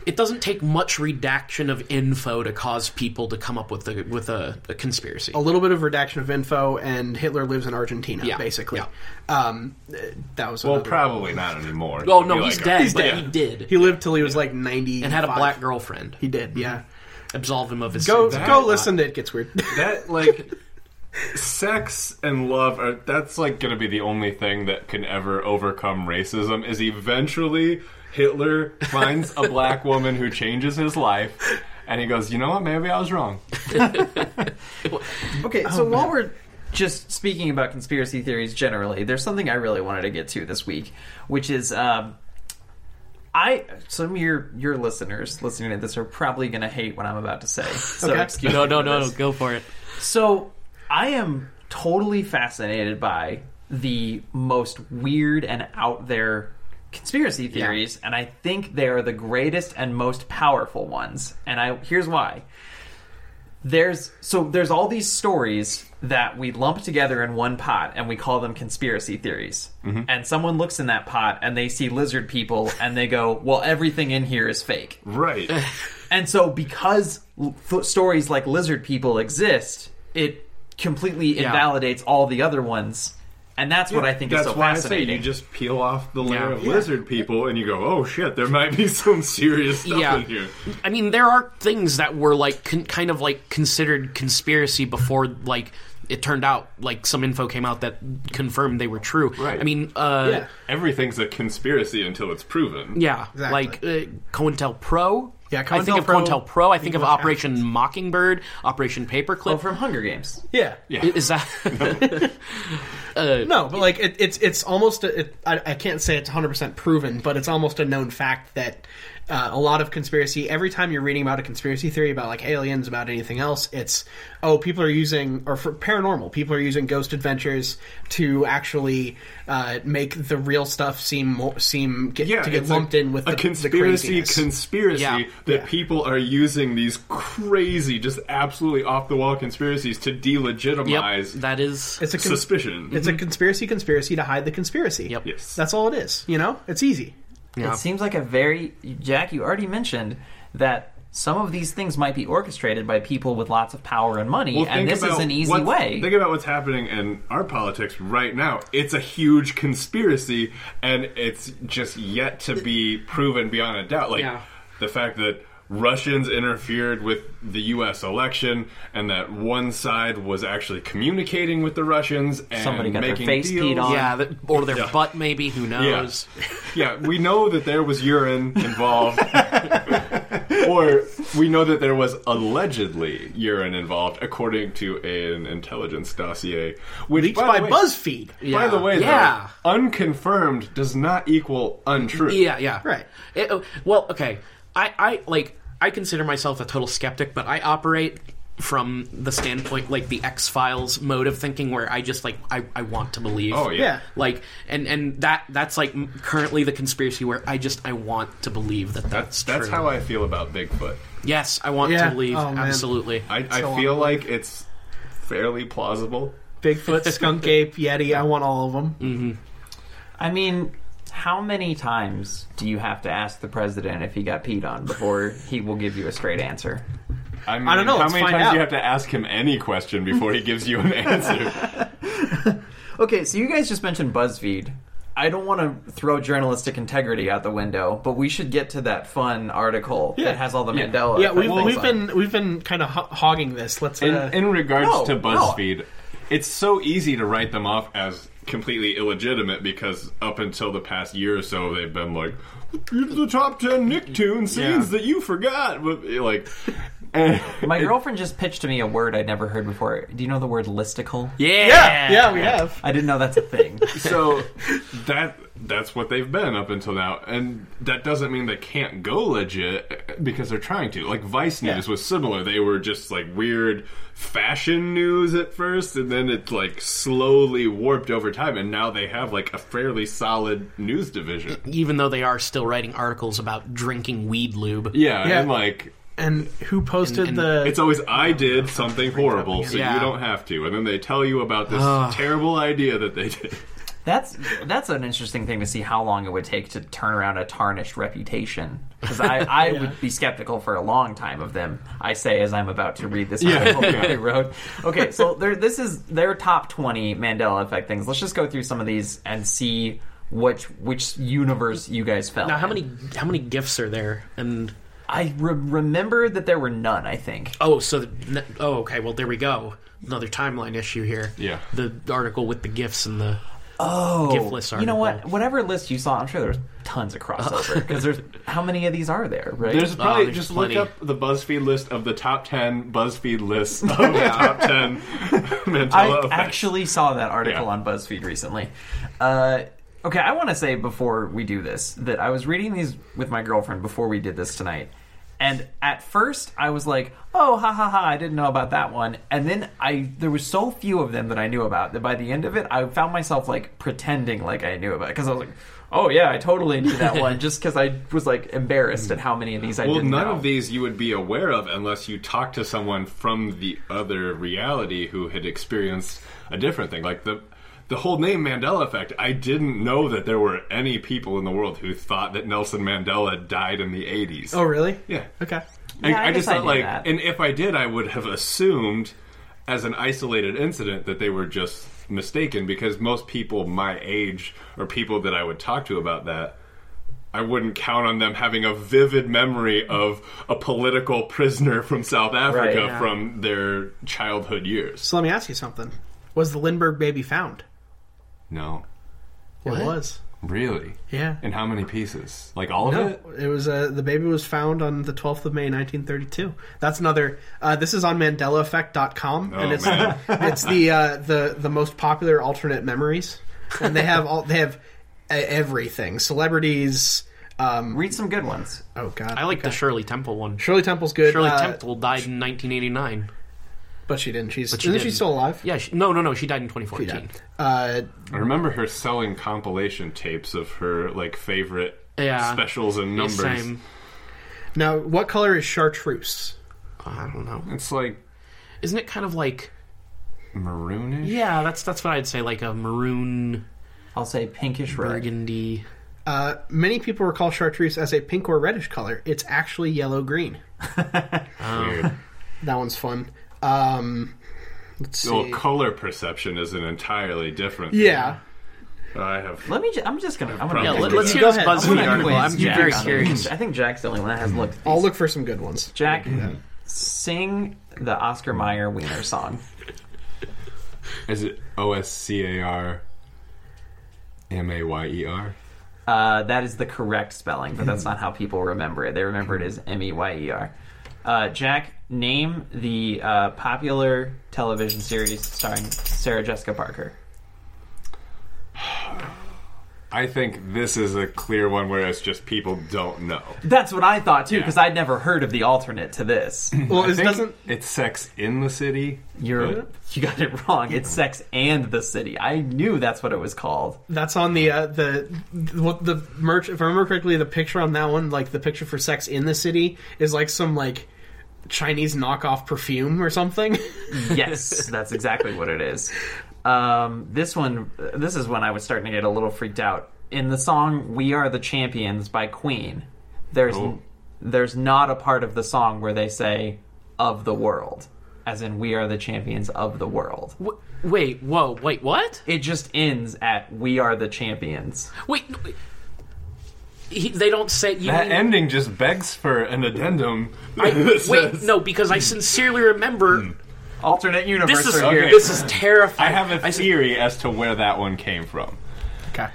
it doesn't take much redaction of info to cause people to come up with a with a, a conspiracy.
a little bit of redaction of info, and Hitler lives in Argentina,
Yeah,
basically.
yeah.
Um, th- that was
Well,
another-
probably not anymore.
Oh no,
Be
he's
like,
dead.
he's
but
dead.
He did.
He lived till he was like ninety
and had a black girlfriend.
He did,
Mm-hmm.
yeah.
Absolve him of his
Go
sins.
go listen to it gets weird.
That like sex and love are that's like going to be the only thing that can ever overcome racism is eventually Hitler finds a black woman who changes his life and he goes, "You know what? Maybe I was wrong."
Okay, so while we're just speaking about conspiracy theories generally, there's something I really wanted to get to this week, which is um, I some of your your listeners listening to this are probably going to hate what I'm about to say. So
Okay.
excuse
No,
me
no,
for
no,
this.
no, go for it.
So I am totally fascinated by the most weird and out there conspiracy theories, and I think they are the greatest and most powerful ones. And I here's why. There's so there's all these stories that we lump together in one pot and we call them conspiracy theories. And someone looks in that pot and they see lizard people and they go, "Well, everything in here is fake."
Right.
And so, because l- f- stories like lizard people exist, it completely invalidates all the other ones, and that's what I think
That's
is so
why I say
fascinating.
you just peel off the layer
Yeah.
of lizard people and you go, "Oh shit, there might be some serious stuff
Yeah.
in here."
I mean, there are things that were like con- kind of like considered conspiracy before like it turned out like some info came out that confirmed they were true.
Right.
I mean, uh,
yeah.
Everything's a conspiracy until it's proven.
Yeah,
Exactly.
like uh, COINTELPRO.
Yeah,
I think of
COINTELPRO.
COINTELPRO. I think of Operation Mockingbird, Operation Paperclip.
Oh, from Hunger Games.
Yeah.
Yeah.
Is that
No, but like it, it's it's almost a, it, I, I can't say it's 100% proven, but it's almost a known fact that uh, a lot of conspiracy every time you're reading about a conspiracy theory about like aliens about anything else, it's oh, people are using or for paranormal, people are using ghost adventures to actually uh, make the real stuff seem more, seem get,
yeah,
to get
it's
lumped
a,
in with
a
the, the
conspiracy
craziness.
conspiracy
Yeah.
that people are using these crazy, just absolutely off the wall conspiracies to
yep,
delegitimize
that is
it's a cons-
suspicion.
It's a conspiracy conspiracy to hide the conspiracy.
Yep.
yes,
That's all it is. You know? It's easy.
Yeah.
It seems like a very Jack. You already mentioned that some of these things might be orchestrated by people with lots of power and money,
Well,
and
think
this is
about
an easy
what's-
way.
Think about what's happening in our politics right now. It's a huge conspiracy, and it's just yet to be proven beyond a doubt. Like
Yeah.
the fact that Russians interfered with the U.S. election, and that one side was actually communicating with the Russians and
Somebody got their
making
face
deals.
peed on.
yeah, that, or their butt maybe. Who
Yeah.
knows?
yeah, we know that there was urine involved. or we know that there was allegedly urine involved, according to an intelligence dossier. Which,
Leaked
by,
by,
the way,
BuzzFeed.
By
Yeah.
the way, though,
Yeah.
unconfirmed does not equal untrue.
Yeah, yeah.
Right.
It- oh, well, okay. I, I like I consider myself a total skeptic, but I operate from the standpoint like the X Files mode of thinking, where I just like I, I want to believe.
Oh, yeah.
Yeah.
Like and and that that's like m- currently the conspiracy where I just I want to believe that that's
That's, that's
true.
how I feel about Bigfoot.
yes, I want
Yeah.
to believe
Oh, man.
absolutely.
I, I
So
feel
on.
like it's fairly plausible.
Mm-hmm. Bigfoot, skunk ape, yeti. I want all of them.
I mean, How many times do you have to ask the president if he got peed on before he will give you a straight answer?
I, mean,
don't know,
How
let's
many
find
times do you
out.
have to ask him any question before he gives you an answer?
Okay, so you guys just mentioned BuzzFeed. I don't want to throw journalistic integrity out the window, but we should get to that fun article that has all the Mandela.
Yeah, we've,
things
we've
on it.
been we've been kind of ho- hogging this. Let's. Uh,
in, in regards
no,
to
no.
BuzzFeed, it's so easy to write them off as completely illegitimate because up until the past year or so, they've been like, "Here's the top ten Nicktoon scenes
Yeah.
that you forgot," but like, and
My girlfriend just pitched to me a word I'd never heard before. Do you know the word listicle?
Yeah.
yeah, yeah, we have.
I didn't know that's a thing.
so that that's what they've been up until now, and that doesn't mean they can't go legit because they're trying to. Like Vice News was similar; they were just like weird fashion news at first, and then it like slowly warped over time, and now they have like a fairly solid news division.
Even though they are still writing articles about drinking weed lube.
Yeah,
Yeah.
and like
And who posted
And- and
the?
it's always I did something horrible, so
Yeah.
you don't have to, and then they tell you about this terrible idea that they did.
That's that's an interesting thing to see how long it would take to turn around a tarnished reputation. Because I, I would be skeptical for a long time of them. I say as I'm about to read this article that they wrote. Okay, so there, this is their top 20 Mandela effect things. Let's just go through some of these and see which which universe you guys fell.
Now, how
in.
many how many gifts are there? And
I re- remember that there were none. I think.
oh, so the, oh, okay. Well, there we go. Another timeline issue here.
Yeah.
The article with the gifts and the
Oh,
gift list
you know what?
article.
Whatever list you saw, I'm sure there's tons of crossover. Because there's how many of these are there? Right?
There's probably
there's
just
plenty.
look up the BuzzFeed list of the top ten BuzzFeed lists of the top ten Mandela
I
effects.
actually saw that article
Yeah.
on BuzzFeed recently. Uh, okay, I want to say before we do this that I was reading these with my girlfriend before we did this tonight. And at first, I was like, "Oh, ha ha ha! I didn't know about that one." And then I, there was so few of them that I knew about that by the end of it, I found myself like pretending like I knew about it because I was like, "Oh yeah, I totally knew that one," just because I was like embarrassed at how many of these I
well,
didn't
none
know.
of these you would be aware of unless you talked to someone from the other reality who had experienced a different thing. Like the the whole name Mandela effect. I didn't know that there were any people in the world who thought that Nelson Mandela died in the eighties.
oh, really?
yeah.
Okay.
I,
Yeah,
I,
I guess
just
I
thought
knew
like,
that.
and if I did, I would have assumed as an isolated incident that they were just mistaken because most people my age or people that I would talk to about that. I wouldn't count on them having a vivid memory of a political prisoner from South Africa
Right, yeah.
from their childhood years.
So let me ask you something. Was the Lindbergh baby found?
No,
It was.
really?
Yeah.
And how many pieces? Like all of
No,
it?
it was uh, the baby was found on the 12th of May 1932. That's another uh, this is on mandelaeffect.com and
Oh,
it's
man.
it's the uh, the the most popular alternate memories and they have all they have uh, everything. Celebrities um,
Read some good ones.
oh god.
I like the Shirley Temple one.
Shirley Temple's good.
Shirley
uh,
Temple died in 1989.
but she didn't. She's
she
isn't she
didn't.
still alive?
Yeah, she, no, no, no. She died in
She
2014.
died. Uh,
I remember her selling compilation tapes of her like favorite
Yeah.
specials and numbers.
Same.
now, what color is chartreuse?
I don't know.
It's like
Isn't it kind of like?
maroonish.
Yeah, that's that's what I'd say. Like a maroon,
I'll say pinkish red.
burgundy.
Uh, many people recall chartreuse as a pink or reddish color. It's actually yellow green.
Weird.
That one's fun. Um, let's see.
Well, color perception is an entirely different. thing.
yeah.
I have.
Let me. Ju- I'm just gonna. I'm gonna
Yeah,
Yeah,
let-
let,
Okay.
us
let's
hear
Go
this
ahead. I
BuzzFeed
wanna
article. I'm
Jack
very
on it.
curious.
I think Jack's the only one that has looked. at
I'll
these.
look for some good ones.
Jack, sing the Oscar Mayer Wiener song.
Is it O S C A R M A Y E R?
Uh, that is the correct spelling, but that's not how people remember it. They remember it as M E Y E R. Uh, Jack, name the uh, popular television series starring Sarah Jessica Parker.
I think this is a clear one where it's just people don't know.
That's what I thought too, because I'd never heard of the alternate to this.
Well,
I
it
think
doesn't.
It's Sex in the City.
You're you got it wrong. It's Sex and the City. I knew that's what it was called.
That's on the uh, the what the merch. If I remember correctly, the picture on that one, like the picture for Sex in the City, is like some like Chinese knockoff perfume or something.
yes, that's exactly what it is. Um, this one, this is when I was starting to get a little freaked out. in the song "We Are the Champions" by Queen, there's
Cool.
there's not a part of the song where they say "of the world," as in "We are the champions of the world."
W- wait, whoa, wait, what?
It just ends at "We are the champions."
Wait, no, wait. He, they don't say you.
That
mean-
ending just begs for an addendum.
I,
that
wait,
says-
no, because I sincerely remember
Alternate universe
this is
are here.
this is
I
terrifying.
have a theory as to where that one came from.
Okay.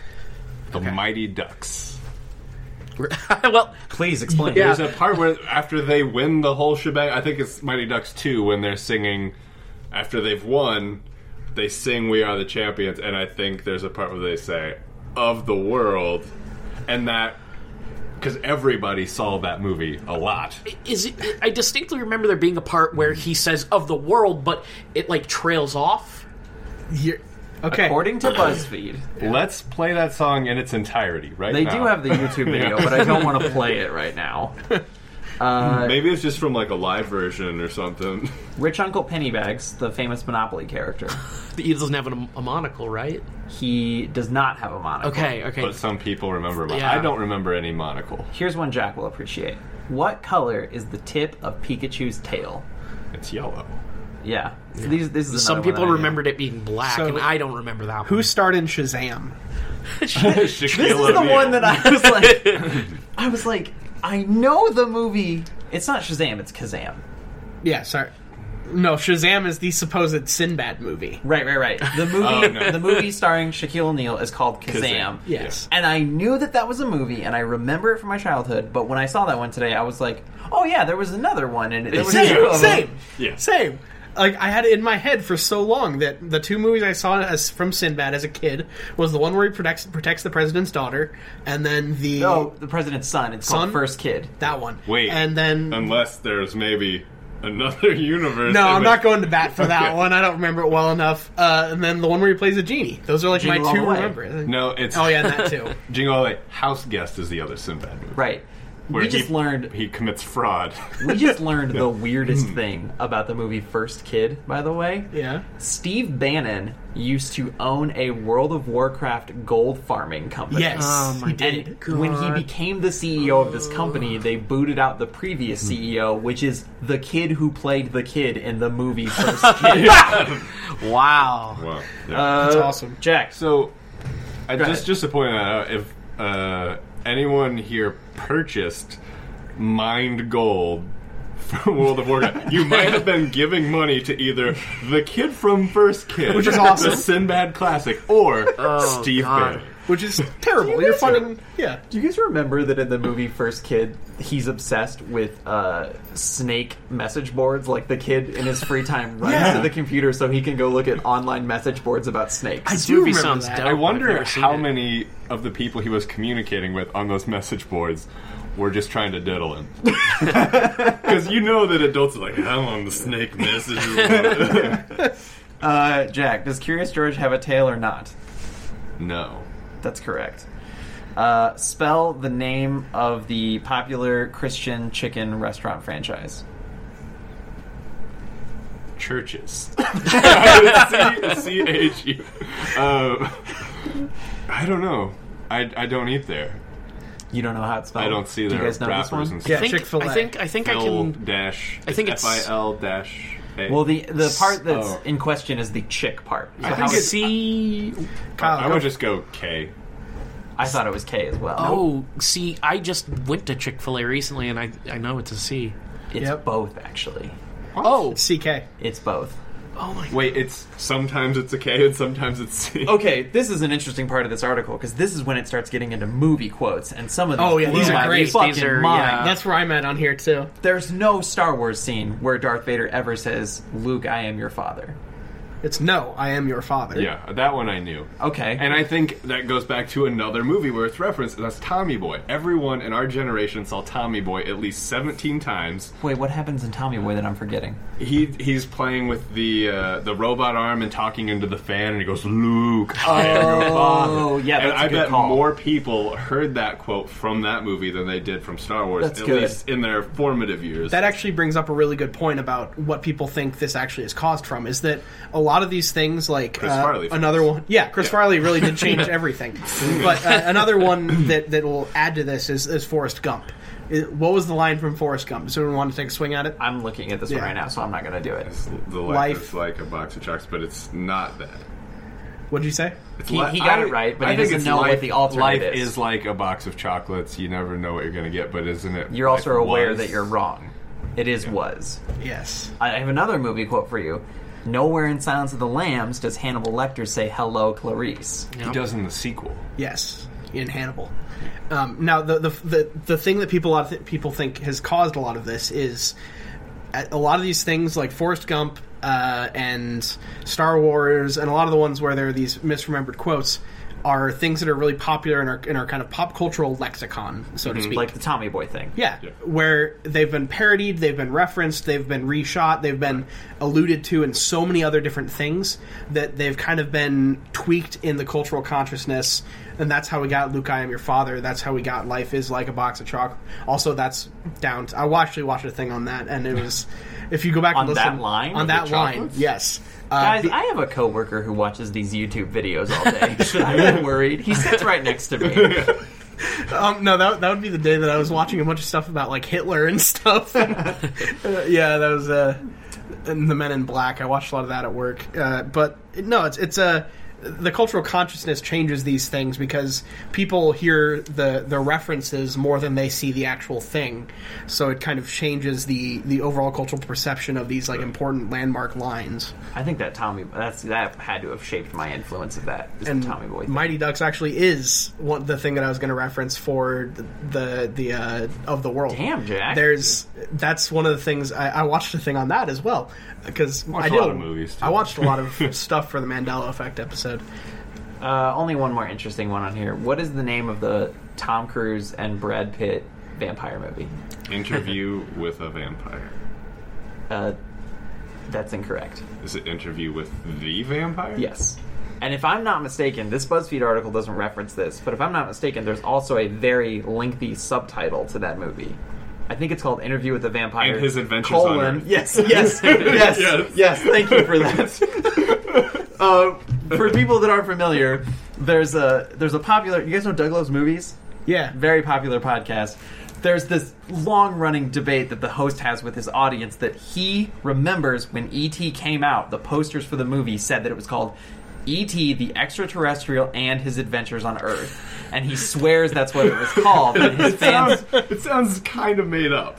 The Mighty Ducks.
well,
Please explain.
Yeah.
There's a part where after they win the whole shebang, I think it's Mighty Ducks 2 when they're singing after they've won, they sing We Are the Champions and I think there's a part where they say of the world and that cuz everybody saw that movie a lot.
is it, I distinctly remember there being a part where he says "of the world," but it like trails off.
You're, okay.
According to BuzzFeed,
Let's play that song in its entirety right
they
now.
do have the YouTube video, but I don't want to play it right now.
Maybe it's just from like a live version or something.
Rich Uncle Pennybags, the famous Monopoly character,
He doesn't have a, a monocle, right?
he does not have a monocle.
Okay, okay.
But some people remember mon-
Yeah.
I don't remember any monocle.
Here's one Jack will appreciate. What color is the tip of Pikachu's tail?
It's yellow.
Yeah. These, this is
some
another one that
people
I knew.
remembered it being black,
So-
and I don't remember that.
Who
one.
starred in Shazam?
This
Shaquille
is the
O'Neal.
one that I was like, I was like, I know the movie. It's not Shazam, it's Kazam.
Yeah, sorry. No, Shazam is the supposed Sinbad movie.
Right, right, right. The movie,
no.
the movie starring Shaquille O'Neal is called Kazam.
Kazam.
Yes.
And I knew that that was a movie, and I remember it from my childhood. But when I saw that one today, I was like, "Oh yeah, there was another one." And there was two
Same,
of them.
same,
Yeah.
same. Like I had it in my head for so long that the two movies I saw as from Sinbad as a kid was the one where he protects protects the president's daughter, and then the
No, oh, the president's son. It's called
Son?
First Kid.
that one.
Wait. Um,
and then
Unless there's maybe another universe.
no,
in
I'm
which-
not going to bat for that
Okay.
one. I don't remember it well enough. Uh, and then the one where he plays a genie. Those are like
Genie
my two
all the way.
remember.
No, it's
Oh yeah, and that too.
Jingle All the Way. House Guest is the other Sinbad movie.
Right. we just learned.
he commits fraud.
we just learned the weirdest
Hmm.
thing about the movie First Kid. By the way,
yeah.
Steve Bannon used to own a World of Warcraft gold farming company.
Yes,
Oh my Oh.
he did.
And when he became the CEO of this company, they booted out the
Hmm.
previous CEO, which is the kid who played the kid in the movie First Kid.
Wow.
wow. Yeah.
Uh,
That's awesome.
Jack,
so, I
Go
just
ahead.
just to point out if uh, anyone here purchased Mind Gold. From World of Warcraft, you might have been giving money to either the kid from First Kid,
Which is awesome.
the Sinbad classic, or
Oh,
Steve
God.
Bannon.
Which is terrible. You're funding. Yeah.
do you guys remember that in the movie First Kid, he's obsessed with uh, snake message boards? Like the kid in his free time runs
Yeah.
to the computer so he can go look at online message boards about snakes.
I
This
do
movie
remember
sounds
that.
dope.
I
I've
wonder
never seen
how
it.
many of the people he was communicating with on those message boards were just trying to diddle him. Because you know that adults are like, I'm on the snake message.
Uh, Jack, does Curious George have a tail or not?
no.
That's correct. Uh, spell the name of the popular Christian chicken restaurant franchise.
Churches. C- C-H-U. Uh, I don't know. I, I don't eat there.
You don't know how it's spelled.
I don't see
Do
their
you guys know this
wrappers
one?
and
Yeah,
I think,
Chick-fil-A.
I think I think I
L
can.
dash.
I think it's-
F-I-L dash. A.
Well, the the part that's
Oh.
in question is the chick part. So
I
how
think
is-
C.
Kyle,
I
go
would just go K.
I thought it was K as well.
Oh, see, I just went to Chick Fil A recently, and I I know it's a C.
it's
Yep.
both actually.
Oh,
CK.
It's both.
oh my.
Wait, it's sometimes it's a K and sometimes it's C.
Okay, this is an interesting part of this article because this is when it starts getting into movie quotes, and some of these
Oh, yeah,
blew
these are
my
great.
fucking
These are-
mind.
yeah.
That's where I'm at on here too.
There's no Star Wars scene where Darth Vader ever says, "Luke, I am your father."
It's no, I am your father.
Yeah, that one I knew.
Okay,
And I think that goes back to another movie where it's referenced, and that's Tommy Boy. Everyone in our generation saw Tommy Boy at least 17 times.
Wait, what happens in Tommy Boy that I'm forgetting?
He he's playing with the uh, the robot arm and talking into the fan, and he goes, "Luke, I am your father."
Oh, yeah,
and
Oh, that's a
I
good
bet
call.
more people heard that quote from that movie than they did from Star Wars,
That's
at
good.
least in their formative years.
That actually brings up a really good point about what people think this actually is caused from is that a lot lot of these things, like
Chris
uh,
Farley, for
another one, yeah, Chris Farley really did change everything. But uh, another one that that will add to this is, is Forrest Gump. It- what was the line from Forrest Gump? Does anyone want to take a swing at it?
I'm looking at this
Yeah.
one right now, so I'm not going to do it.
The
Life.
life is like a box of chocolates, but it's not that.
What did you say?
It's
He- he got it
I-
right, but
I
he
think
doesn't
it's
know what
life-
the alternate
life
is.
like a box of chocolates. You never know what you're going to get, but isn't it?
You're also
life
aware
was?
that you're wrong. It is was.
Yes.
I have another movie quote for you. Nowhere in Silence of the Lambs does Hannibal Lecter say hello, Clarice.
He does in the sequel.
Yes, in Hannibal. Um, now, the, the the the thing that people a lot of th- people think has caused a lot of this is uh, a a lot of these things like Forrest Gump uh, and Star Wars, and a lot of the ones where there are these misremembered quotes are things that are really popular in our in our kind of pop cultural lexicon, so to speak.
Like the Tommy Boy thing.
Yeah, where they've been parodied, they've been referenced, they've been reshot, they've been alluded to in so many other different things that they've kind of been tweaked in the cultural consciousness. And that's how we got Luke, I Am Your Father. That's how we got Life is Like a Box of Chocolate. Also, that's down. To, I wa- actually watched a thing on that, and it was. If you go back
On
and listen.
that line?
On
Of
that
the
line,
chocolates?
yes. Uh,
Guys,
be-
I have a coworker who watches these YouTube videos all day. I'm not worried. He sits right next to me.
Um, no, that, that would be the day that I was watching a bunch of stuff about like Hitler and stuff. Uh, yeah, that was uh, and the Men in Black. I watched a lot of that at work. Uh, but no, it's it's a the cultural consciousness changes these things because people hear the the references more than they see the actual thing. So it kind of changes the the overall cultural perception of these like important landmark lines.
I think that Tommy that's that had to have shaped my influence of that. Is
And
the Tommy Boy thing.
Mighty Ducks actually is one, the thing that I was going to reference for the the, the uh, of the world.
Damn, Jack.
There's that's one of the things I, I watched a thing on that as well because I
a
did
lot of movies, too.
I watched a lot of stuff for the Mandela Effect episode.
Uh, only one more interesting one on here. What is the name of the Tom Cruise and Brad Pitt vampire movie?
Interview with a vampire.
Uh, that's incorrect.
Is it interview with the vampire?
Yes. And if I'm not mistaken, this BuzzFeed article doesn't reference this, but if I'm not mistaken, there's also a very lengthy subtitle to that movie. I think it's called Interview with the Vampire.
And His Adventures
colon,
on Earth.
Yes, yes, yes, yes,
Yes.
Thank you for that. uh, for people that aren't familiar, there's a there's a popular. You guys know Doug Loves Movies?
Yeah,
very popular podcast. There's this long running debate that the host has with his audience that he remembers when E.T. came out, the posters for the movie said that it was called E.T. the Extraterrestrial and His Adventures on Earth. And he swears that's what it was called. And his fans.
Sounds- it sounds kind of made up.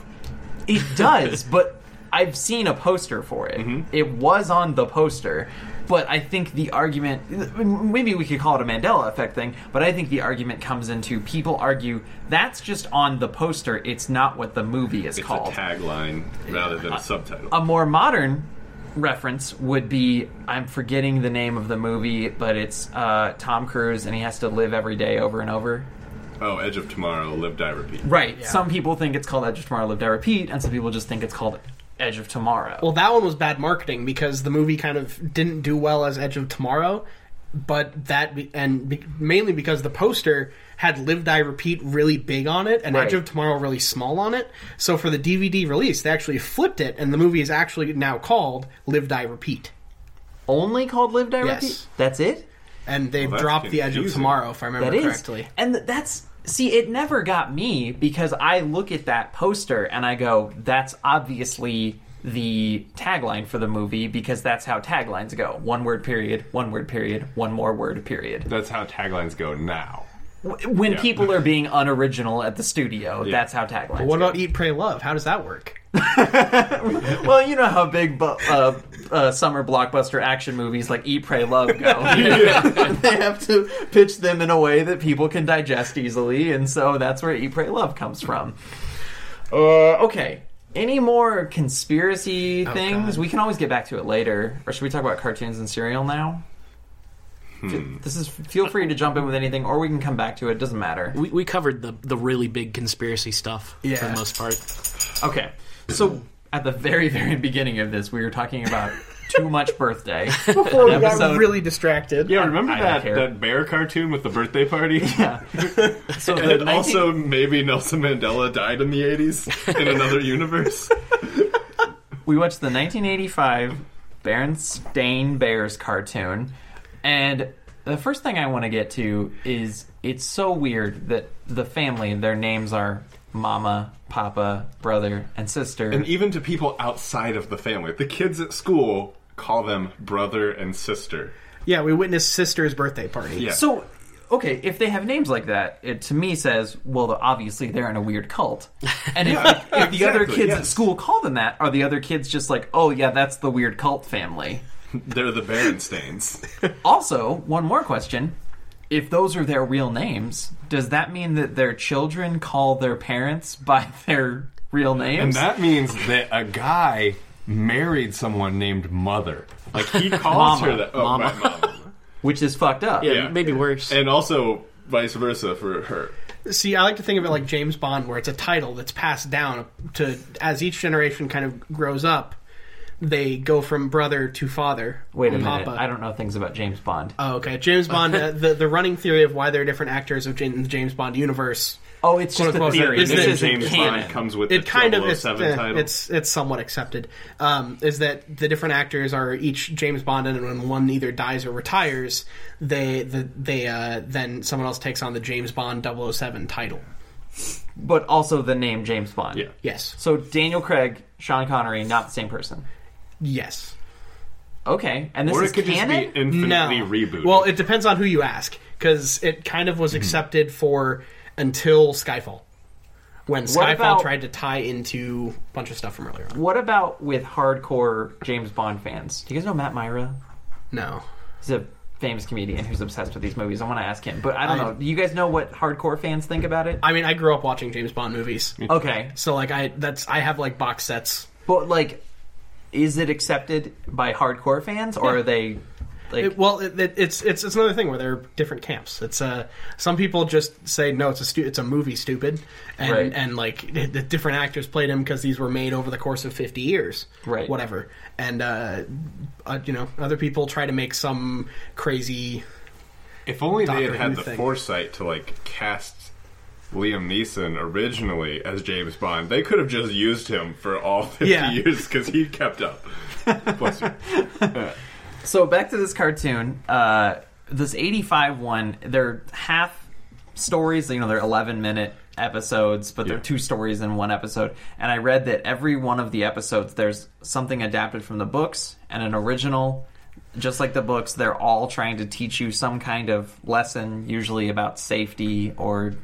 It does, but I've seen a poster for it.
Mm-hmm.
It was on the poster. But I think the argument, maybe we could call it a Mandela effect thing, but I think the argument comes into people argue that's just on the poster, it's not what the movie is
It's
called. Uh, um,
a tagline rather than a subtitle.
A more modern reference would be I'm forgetting the name of the movie, but it's uh, Tom Cruise and he has to live every day over and over.
oh, Edge of Tomorrow, Live, Die, Repeat.
Right. Some people think it's called Edge of Tomorrow, Live, Die, Repeat, and some people just think it's called Edge of Tomorrow.
well, that one was bad marketing because the movie kind of didn't do well as Edge of Tomorrow, but that be- and be, mainly because the poster had Live Die Repeat really big on it and Edge of Tomorrow really small on it. So for the DVD release, they actually flipped it, and the movie is actually now called Live Die Repeat.
only called Live Die
Yes.
Repeat? That's it?
and they've
that's
dropped the Edge of
confusing.
Tomorrow, if I remember
That is.
correctly.
And th- that's. See, it never got me because I look at that poster and I go, that's obviously the tagline for the movie because that's how taglines go. One word period, one word period, one more word period.
That's how taglines go now.
W- When
Yeah.
people are being unoriginal at the studio, that's how taglines
What
go.
about Eat, Pray, Love? How does that work?
Well, you know how big bu- uh, uh, summer blockbuster action movies like Eat, Pray, Love go. they have to pitch them in a way that people can digest easily, and so that's where Eat, Pray, Love comes from. Uh, okay. Any more conspiracy things? We can always get back to it later. Or should we talk about cartoons and cereal now? F- This is feel free to jump in with anything, or we can come back to it. Doesn't matter.
We, we covered the, the really big conspiracy stuff for the
Yeah.
most part.
Okay. So at the very, very beginning of this, we were talking about too much birthday.
Before we
Episode-
got really distracted.
Yeah, remember
I don't
that,
care.
that bear cartoon with the birthday party? Yeah.
So
and
the 19
also, maybe Nelson Mandela died in the 80s in another universe.
we watched the 1985 Berenstain Bears cartoon. And the first thing I want to get to is it's so weird that the family, their names are Mama, Papa, Brother, and Sister.
And even to people outside of the family, the kids at school call them brother and sister.
Yeah, we witnessed sister's birthday party.
Yeah.
So, okay, if they have names like that, it to me says, well, they're- obviously they're in a weird cult. And if, if the other
exactly,
kids
yes.
at school call them that, are the other kids just like, oh yeah, that's the weird cult family?
They're the Berenstains.
Also, one more question. If those are their real names, does that mean that their children call their parents by their real
and
names?
that means that a guy married someone named Mother. Like he calls
Mama.
her that. Oh, my mom.
Which is fucked up.
Yeah.
Maybe worse.
And also vice versa for her.
See, I like to think of it like James Bond, where it's a title that's passed down to as each generation kind of grows up. They go from brother to father.
Wait a
or
minute.
Papa.
I don't know things about James Bond.
Oh, okay. James Bond. uh, the the running theory of why there are different actors of Jane, the James Bond universe.
oh, it's
quote,
just a
unquote,
theory.
is
This
that
isn't
James
canon.
Bond comes with
It
the
kind of is.
007
eh,
title.
It's it's somewhat accepted. Um, is that the different actors are each James Bond, and when one either dies or retires, they the, they uh, then someone else takes on the James Bond 007 title.
But also the name James Bond.
Yeah.
Yes.
So Daniel Craig, Sean Connery, not the same person.
Yes.
Okay. And this
or
is
it could
canon?
just be infinitely rebooted.
Well, it depends on who you ask, because it kind of was accepted for until Skyfall, when Skyfall
about-
tried to tie into a bunch of stuff from earlier. On.
what about with hardcore James Bond fans? Do you guys know Matt Myra?
No,
He's a famous comedian who's obsessed with these movies. I want to ask him, but I don't
I-
know. Do you guys know what hardcore fans think about it?
I mean I grew up watching James Bond movies,
okay,
so like I that's I have like box sets.
but like, is it accepted by hardcore fans, or are they like?
It- well, it, it, it's it's it's another thing where there are different camps. It's uh some people just say no, it's a stu- it's a movie, stupid, and
Right.
and like the, the different actors played him because these were made over the course of fifty years,
Right.
Whatever, and uh, uh, you know, other people try to make some crazy.
If only they
Doctor
had
Who
had the
thing.
foresight to like cast Liam Neeson originally as James Bond, they could have just used him for all fifty
Yeah.
years because he kept up. Bless you.
So back to this cartoon, uh, this '85 one. They're half stories. You know, they're 11 minute episodes, but they're
Yeah.
two stories in one episode. And I read that every one of the episodes, there's something adapted from the books and an original. Just like the books, they're all trying to teach you some kind of lesson, usually about safety or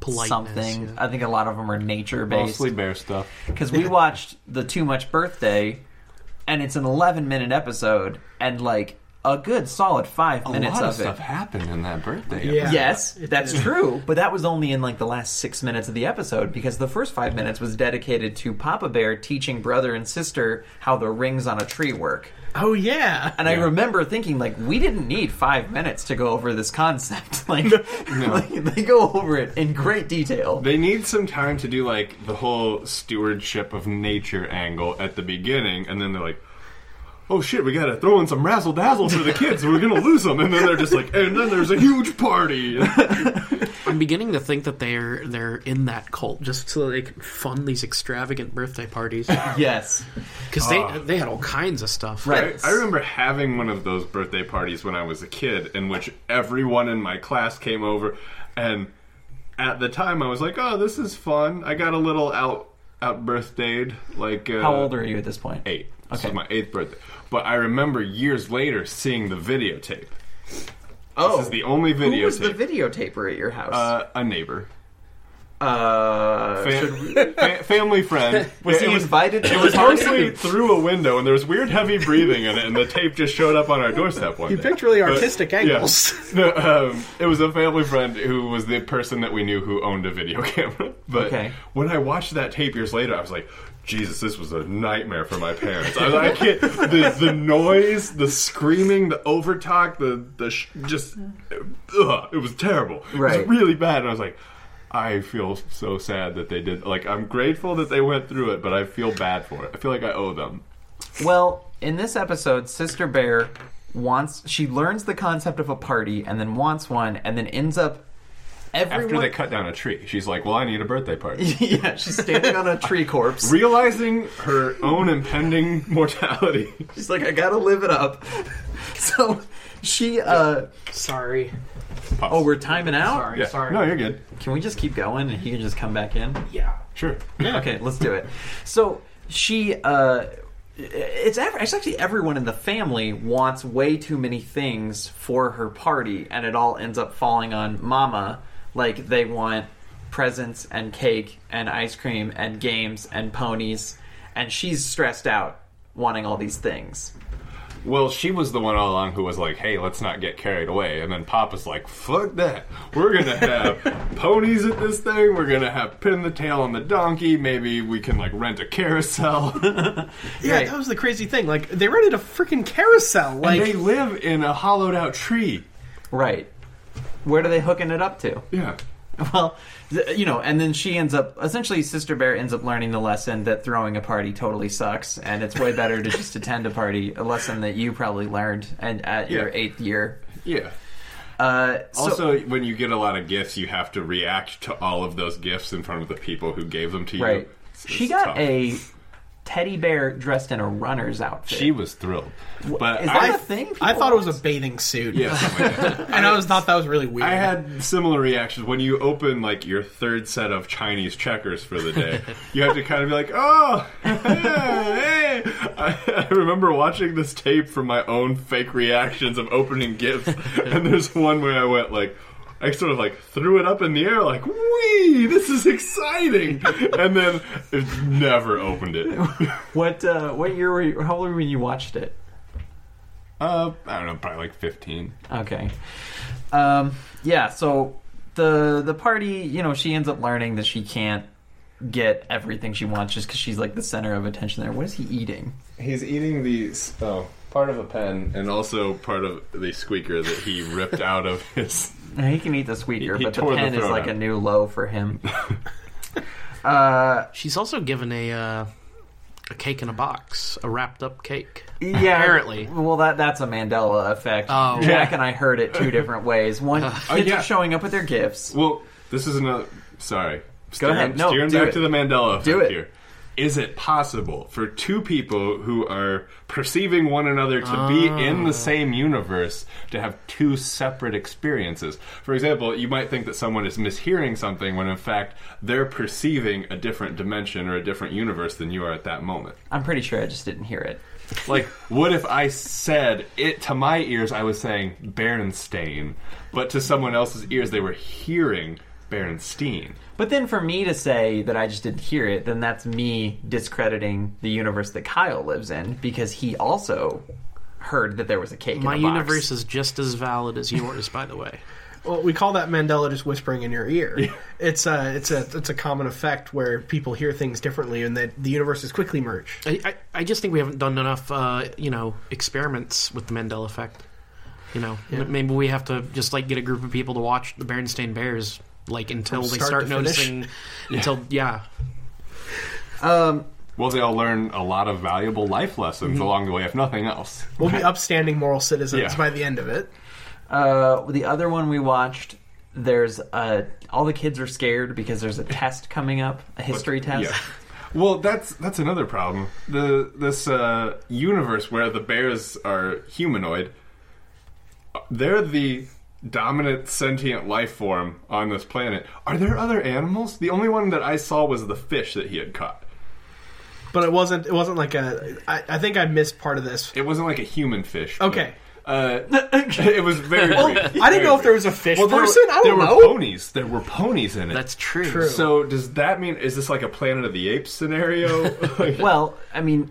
Politeness,
something.
yeah.
I think a lot of them are nature based
Mostly bear stuff.
because we watched the Too Much Birthday, and it's an 11 minute episode, and like a good solid five minutes of, it.
happened in that birthday.
Yeah.
Yes,
It
that's
did.
true, but that was only in like the last six minutes of the episode because the first five minutes was dedicated to Papa Bear teaching brother and sister how the rings on a tree work.
Oh yeah,
And I remember thinking, like, we didn't need five minutes to go over this concept. Like, like, they go over it in great detail.
They need some time to do like the whole stewardship of nature angle at the beginning, and then they're like, "Oh shit, we gotta throw in some razzle dazzle for the kids. We're gonna lose them." And then they're just like, "And then there's a huge party."
I'm beginning to think that they're they're in that cult just so they can fund these extravagant birthday parties
Yes.
because they they had all kinds of stuff.
Right.
I, I remember having one of those birthday parties when I was a kid, in which everyone in my class came over, and at the time I was like, "Oh, this is fun." I got a little out out birthdayed. Like, uh,
How old are you at this point?
Eight. This
Okay.
is my eighth birthday. But I remember years later seeing the videotape.
Oh.
This is the only videotape.
Who was the videotaper at your house?
uh, a neighbor,
Uh,
Fa- fa- family friend.
was
It
he invited to
It
the
was mostly
party?
through a window, and there was weird heavy breathing in it, and the tape just showed up on our doorstep one
you
day.
picked really
But-
artistic
yeah.
angles.
No, um, it was a family friend who was the person that we knew who owned a video camera. But
Okay.
when I watched that tape years later, I was like, Jesus, this was a nightmare for my parents. I, I can't. The, the noise, the screaming, the overtalk, the the sh- just, ugh, it was terrible.
Right.
It was really bad, and I was like. I feel so sad that they did. Like, I'm grateful that they went through it, but I feel bad for it. I feel like I owe them.
Well, in this episode, Sister Bear wants she learns the concept of a party and then wants one and then ends up Everyone,
After they cut down a tree, she's like, "Well, I need a birthday party."
yeah, she's standing on a tree corpse.
Realizing her own impending mortality,
She's like, I gotta live it up. So she, uh,
Sorry.
oh, we're timing out.
Sorry.
Yeah.
Sorry.
No, you're good.
Can we just keep going and he can just come back in?
Yeah.
Sure.
Okay, let's do it. So she, uh, it's, ev- it's actually everyone in the family wants way too many things for her party, and it all ends up falling on Mama. Like they want presents and cake and ice cream and games and ponies, and she's stressed out wanting all these things.
Well, she was the one all along who was like, "Hey, let's not get carried away." And then Papa's like, "Fuck that! We're gonna have ponies at this thing. We're gonna have pin the tail on the donkey. Maybe we can like rent a carousel."
Yeah,
Right.
that was the crazy thing. Like they rented a freaking carousel. Like
they live in a hollowed out tree.
Right. Where are they hooking it up to?
Yeah.
Well, th- you know, and then she ends up essentially Sister Bear ends up learning the lesson that throwing a party totally sucks, and it's way better to just attend a party. A lesson that you probably learned and at your
Yeah.
eighth year.
Yeah.
Uh, so-
Also, when you get a lot of gifts, you have to react to all of those gifts in front of the people who gave them to you.
right?
It's
She got
tough.
a teddy bear dressed in a runner's outfit.
She was thrilled, but
is
I,
that a thing?
I
people
thought it was a
want?
bathing suit.
yeah, something like that.
And I was thought that was really weird.
I had similar reactions when you open like your third set of Chinese checkers for the day. you have to kind of be like, "Oh, hey!" I, I remember watching this tape from my own fake reactions of opening gifts, and there's one where I went like. I sort of like threw it up in the air, like "Wee, this is exciting!" and then it never opened it.
What uh, what year were you? How old were you when you watched it?
Uh, I don't know, probably like fifteen.
Okay. Um, yeah, so the the party, you know, she ends up learning that she can't get everything she wants just because she's like the center of attention there. What is he eating?
He's eating the oh, part of a pen and also part of the squeaker that he ripped out of his.
Now, he can eat the sweeter,
He- he
but the
tore the
pen is
throat
like
out.
a new low for him.
She's also given a uh, a cake in a box, a wrapped up cake.
Yeah,
Apparently.
Well, that that's a Mandela effect.
Oh.
Jack and I heard it two different ways. One, kids
Oh, yeah.
are showing up with their gifts.
Well, this is another. Sorry. Steering,
ahead. No,
steering
do
back
it.
to the Mandela effect
Do it.
here. Is it possible for two people who are perceiving one another to be in the same universe to have two separate experiences? For example, you might think that someone is mishearing something when in fact they're perceiving a different dimension or a different universe than you are at that moment.
I'm pretty sure I just didn't hear it.
Like, what if I said it to my ears? I was saying Berenstain, but to someone else's ears, they were hearing Berenstein.
But then for me to say that I just didn't hear it, then that's me discrediting the universe that Kyle lives in because he also heard that there was a cake
My
in a box.
universe is just as valid as yours, by the way.
Well, we call that Mandela just whispering in your ear. It's a it's a it's a common effect where people hear things differently, and that the universes quickly merge.
I, I, I just think we haven't done enough, uh, you know, experiments with the Mandela effect. You know, M- maybe we have to just like get a group of people to watch the Berenstain Bears, like until
From
they
start to
start
finish.
noticing. Until yeah,
Well, they'll learn a lot of valuable life lessons along the way, if nothing else.
We'll be upstanding moral citizens
Yeah.
by the end of it.
Uh, the other one we watched, there's a all the kids are scared because there's a test coming up, a history test.
Yeah. Well, that's that's another problem. The this uh, universe where the bears are humanoid, they're the dominant sentient life form on this planet. Are there other animals? The only one that I saw was the fish that he had caught.
But it wasn't it wasn't like a. I, I think I missed part of this.
It wasn't like a human fish. but,
Okay.
Uh, it was very. brief,
I
very
didn't know if there
brief.
was a fish
Well, there
person.
Were,
I
there
don't
were
know.
ponies. There were ponies in it.
that's true.
True.
So does that mean is this like a Planet of the Apes scenario? Like-
Well, I mean,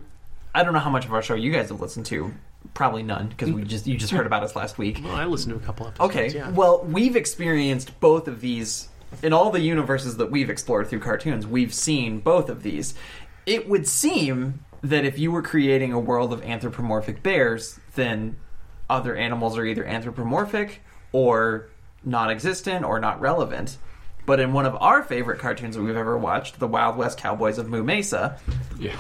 I don't know how much of our show you guys have listened to. Probably none because we just you just heard about us last week.
I listened to a couple episodes.
Okay.
yeah.
Well, we've experienced both of these in all the universes that we've explored through cartoons. We've seen both of these. It would seem that if you were creating a world of anthropomorphic bears, then other animals are either anthropomorphic or non-existent or not relevant. But in one of our favorite cartoons that we've ever watched, The Wild West Cowboys of Moo Mesa,
yeah.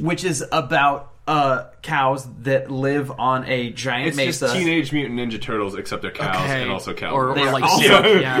which is about uh, cows that live on a giant
It's
mesa.
just Teenage Mutant Ninja Turtles, except they're cows
Okay.
and also cows.
Or, or like
also-
yeah,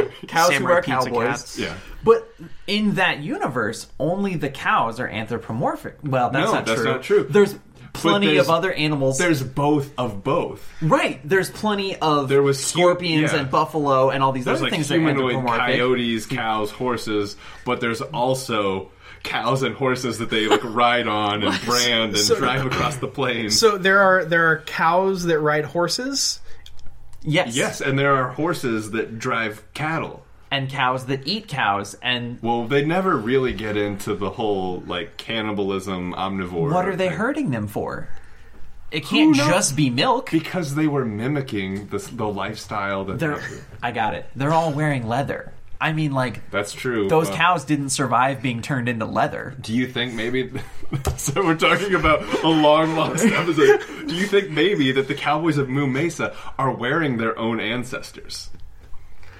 yeah,
cows who
samurai
are
pizza
cowboys.
cats.
yeah.
But in that universe, only the cows are anthropomorphic. Well, that's
No,
not
that's
true.
not true.
There's plenty
there's-
of other animals.
There's both of both.
right. There's plenty of
There was hu-
scorpions
yeah.
and buffalo and all these
There's
other
like
things that are
humanoid
anthropomorphic.
coyotes,
Hmm.
cows, horses, but there's also cows and horses that they like ride on and brand and drive across the plains.
So there are there are cows that ride horses.
Yes.
yes, and there are horses that drive cattle.
And cows that eat cows and
Well, they never really get into the whole like cannibalism omnivore.
What are they
thing.
hurting them for? It can't
knows?
just be milk.
Because they were mimicking the, the lifestyle that
They're,
they-
I got it. They're all wearing leather. I mean, like
That's true.
those
Uh,
cows didn't survive being turned into leather.
Do you think maybe? so we're talking about a long lost episode. Do you think maybe that the cowboys of Mu Mesa are wearing their own ancestors?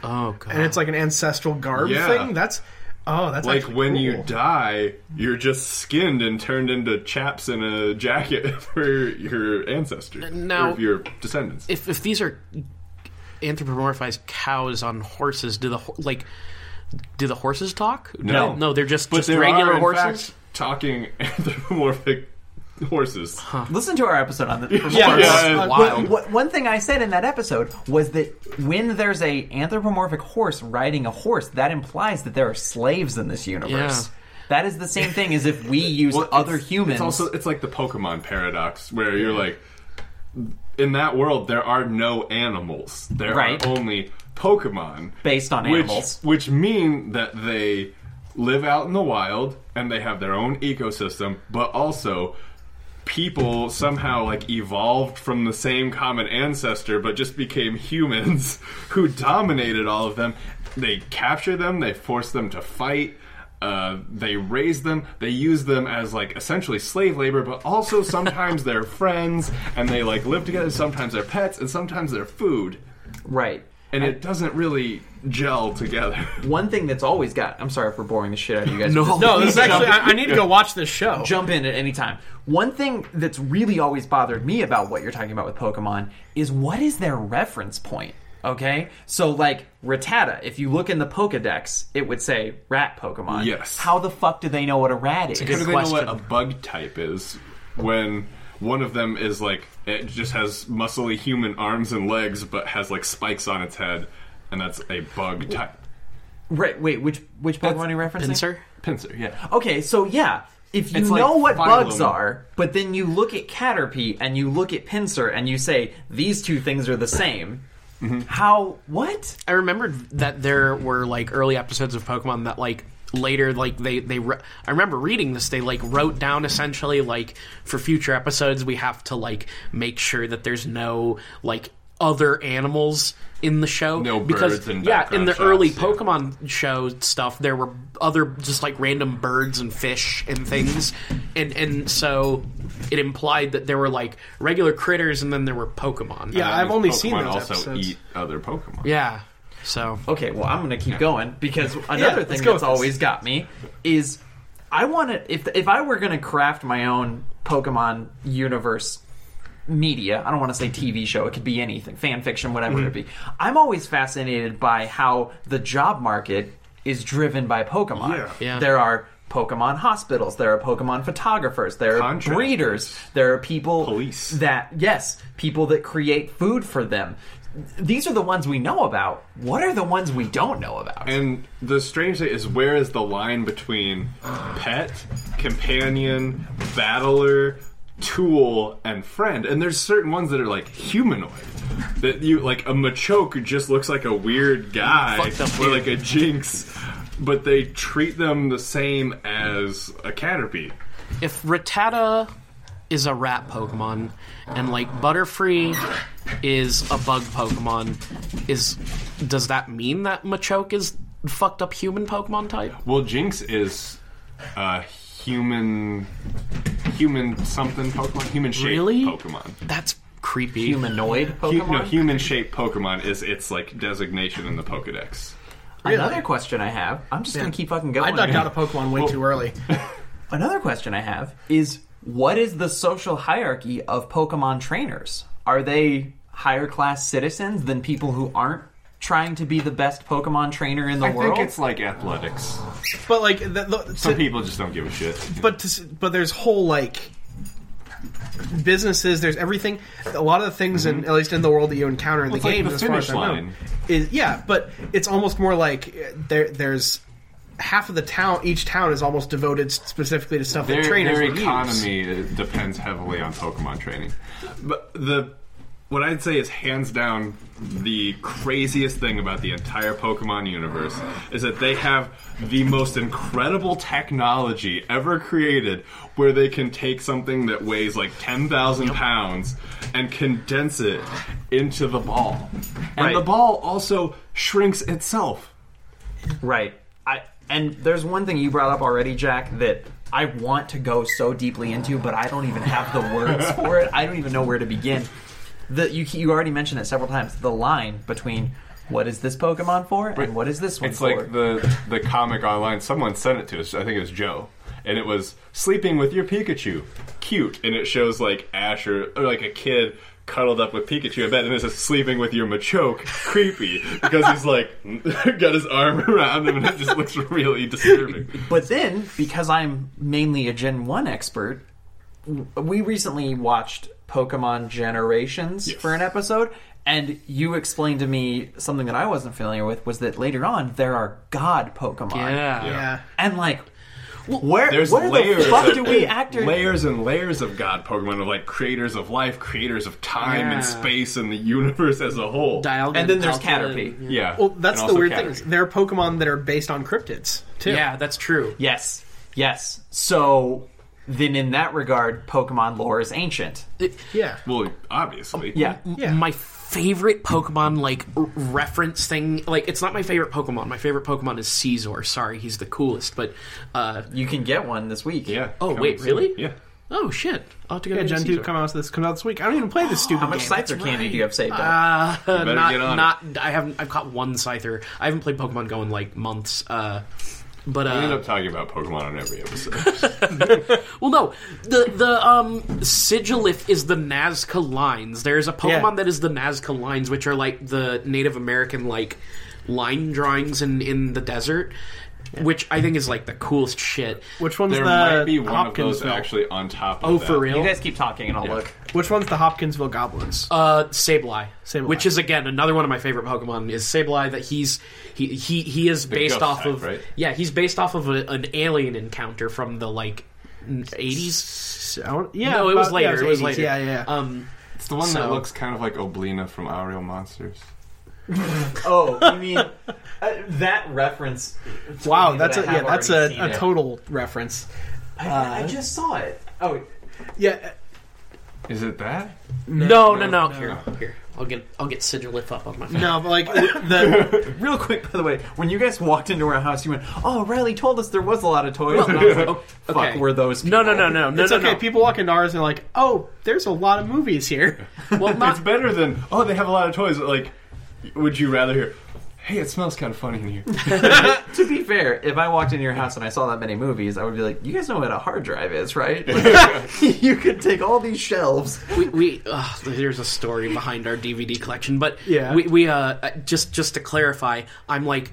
Oh god.
And it's like an ancestral garb
Yeah.
thing. That's oh, that's
Like
actually
when you
cool.
die, you're just skinned and turned into chaps in a jacket for your ancestors,
Now-
or your descendants.
if if these are anthropomorphized cows on horses, do the ho- like do the horses talk?
No.
no, they're just,
but
just
there are,
regular
in
horses.
fact, talking anthropomorphic horses.
Listen to our episode on the.
Yeah,
Yeah,
uh,
wild.
But what, one thing I said in that episode was that when there's a anthropomorphic horse riding a horse, that implies that there are slaves in this universe.
Yeah.
That is the same thing as if we use
Well,
other
it's-
humans.
It's also it's like the Pokemon paradox where you're like, in that world there are no animals. There
Right.
are only Pokemon
Based on
which,
animals.
which mean that they live out in the wild and they have their own ecosystem, but also. People somehow like evolved from the same common ancestor, but just became humans who dominated all of them. They capture them, they force them to fight, uh, they raise them, they use them as like essentially slave labor, but also sometimes they're friends and they like live together. Sometimes they're pets and sometimes they're food,
right.
and it doesn't really gel together.
One thing that's always got. I'm sorry if we're boring the shit out of you guys.
No.
Just-
No, Oh, this is actually. I, I need to go watch this show.
jump in at any time. One thing that's really always bothered me about what you're talking about with Pokemon is what is their reference point? Okay? So, like, Rattata, if you look in the Pokedex, it would say rat Pokemon.
Yes.
How the fuck do they know what a rat is?
How do they know what
question.
a bug type is when one of them is like it just has muscly human arms and legs, but has like spikes on its head, and that's a bug type.
Right, wait, which which Pokemon are you referencing?
Pincer?
Pincer, yeah.
Oh,
Okay, so yeah. If you
It's like
know what
phylum.
bugs are, but then you look at Caterpie and you look at Pincer and you say, these two things are the same.
Mm-hmm.
How? What?
I remembered that there were like early episodes of Pokemon that like later like they they re- I remember reading this they like wrote down essentially like for future episodes we have to like make sure that there's no like other animals in the show
No
because
birds and
yeah in
background
the early
shots, yeah.
Pokemon show stuff there were other just like random birds and fish and things and and so it implied that there were like regular critters and then there were Pokemon
Yeah, I've only
Pokemon
seen those
also
episodes.
eat other Pokemon.
yeah so
Okay, well, I'm going to keep going because another
let's
thing
go
that's
with this.
always got me is I want to if if I were going to craft my own Pokemon universe media, I don't want to say TV show, it could be anything, fan fiction, whatever
Mm-hmm.
it be. I'm always fascinated by how the job market is driven by Pokemon.
Yeah.
Yeah.
There are Pokemon hospitals, there are Pokemon photographers, there are
Contractors.
breeders, there are people
Police.
that yes, people that create food for them. These are the ones we know about. What are the ones we don't know about?
And the strange thing is, where is the line between pet, companion, battler, tool, and friend? And there's certain ones that are like humanoid. That you like a Machoke just looks like a weird guy
Fucked up
or like a Jinx, but they treat them the same as a Caterpie.
if Rattata is a rat Pokemon and like Butterfree is a bug Pokemon, is does that mean that Machoke is fucked up human Pokemon type?
Well, Jinx is a human, human something Pokemon, human shaped
Really?
Pokemon.
That's creepy.
Humanoid
Hu-
Pokemon.
No, human shaped Pokemon is its like designation in the Pokedex.
Another question I have. I'm just gonna keep fucking going.
I ducked out of Pokemon way too early.
Another question I have is what is the social hierarchy of Pokemon trainers? Are they higher class citizens than people who aren't trying to be the best Pokemon trainer in the
I
world?
think it's like athletics.
But like, the, the,
Some
to-
people just don't give a shit.
but to, s- but there's whole like businesses. There's everything. A lot of the things, in at least in the world that you encounter in
Well, it's
the
like
game,
the
as far as
finish
I know,
line.
is yeah. But it's almost more like uh, there there's half of the town. Each town is almost devoted specifically to stuff
Their,
that trainers
their
would use.
economy depends heavily on Pokemon training. But the what I'd say is hands down the craziest thing about the entire Pokemon universe is that they have the most incredible technology ever created where they can take something that weighs like 10,000 pounds and condense it into the ball. And
Right.
the ball also shrinks itself.
Right. I and there's one thing you brought up already, Jack, that I want to go so deeply into, but I don't even have the words for it. I don't even know where to begin. The you you already mentioned it several times. The line between what is this Pokemon for and what is this one
It's
for?
like the the comic online. Someone sent it to us. I think it was Joe, and it was sleeping with your Pikachu, cute, and it shows like Ash or, or like a kid cuddled up with Pikachu in bed, and it says sleeping with your Machoke, creepy, because he's like got his arm around him, and it just looks really disturbing.
But then, because I'm mainly a Gen 1 expert, w- we recently watched Pokemon Generations for an episode, and you explained to me something that I wasn't familiar with was that later on there are god Pokemon.
Yeah.
Yeah.
And like, where,
There's
where
layers.
the fuck
of-
do we actor?
Layers and layers of God Pokemon of like creators of life, creators of time
Yeah.
and space, and the universe as a whole.
Dialga
And then there's
Palkia.
Caterpie.
yeah.
Well, that's
And
the
also
weird
Caterpie.
thing. is There are Pokemon that are based on cryptids too.
Yeah. that's true.
Yes, yes. So then, in that regard, Pokemon lore is ancient.
Yeah.
Well, obviously.
Yeah.
Yeah.
My favorite Pokemon like r- reference thing, like it's not my favorite Pokemon. My favorite Pokemon is Caesar. Sorry, he's the coolest. But uh,
You can get one this week.
Yeah.
Oh,
Come
wait,
soon.
really?
Yeah.
oh shit, I'll have to go.
Yeah,
get
Gen
Caesar.
two come out this comes out this week. I don't even play this stupid
How much
game.
Scyther candy do you have saved up?
Uh,
better
not,
get on
not. I haven't. I've caught one Scyther. I haven't played Pokemon Go in like months. Uh, but
We end
uh,
up talking about Pokemon on every episode.
well, no. The the um Sigilith is the Nazca lines. There's a Pokemon
Yeah.
that is the Nazca lines, which are like the Native American like line drawings in in the desert, which I think is like the coolest shit.
Which one's
there
the
might be one of those
Hopkinsville?
actually on top of
Oh,
that.
for real?
you guys keep talking, and I'll look.
Which one's the Hopkinsville Goblins?
Uh, Sableye,
Sableye.
which is again another one of my favorite Pokemon is Sableye. That he's he he he is based
ghost
off
type,
of
right?
yeah he's based off of a, an alien encounter from the like eighties.
I don't- yeah,
no, it was
about- yeah,
later. it was
80s.
later.
Yeah, yeah.
Uh,
yeah.
Um,
It's the one that
So-
looks kind of like Oblina from Our Real Monsters.
Oh, I mean uh, that reference?
wow, that's a
that I
yeah,
have
that's
already
a,
seen
a
it.
total reference.
I, I just saw it. uh, Oh,
Yeah,
Is it that?
no, Mm-hmm. no, no, Here, here. I'll get I'll get Sigilith up on my phone.
no, but like the
real quick, by the way, when you guys walked into our house, you went, "Oh, Riley told us there was a lot of toys." And I was like, oh, "Fuck,
Okay.
were those?"
No, no, no, no, no,
it's
no,
okay.
no.
People walk into ours and they're like, oh, there's a lot of movies here.
Well,
It's
not
better than oh, they have a lot of toys. Like, would you rather hear? Hey, it smells kind of funny in here.
people? To be fair, if I walked into your house and I saw that many movies, I would be like, "You guys know what a hard drive is, right? you could take all these shelves."
we, we uh, there's a story behind our DVD collection, but
Yeah.
we, we uh, just just to clarify, I'm like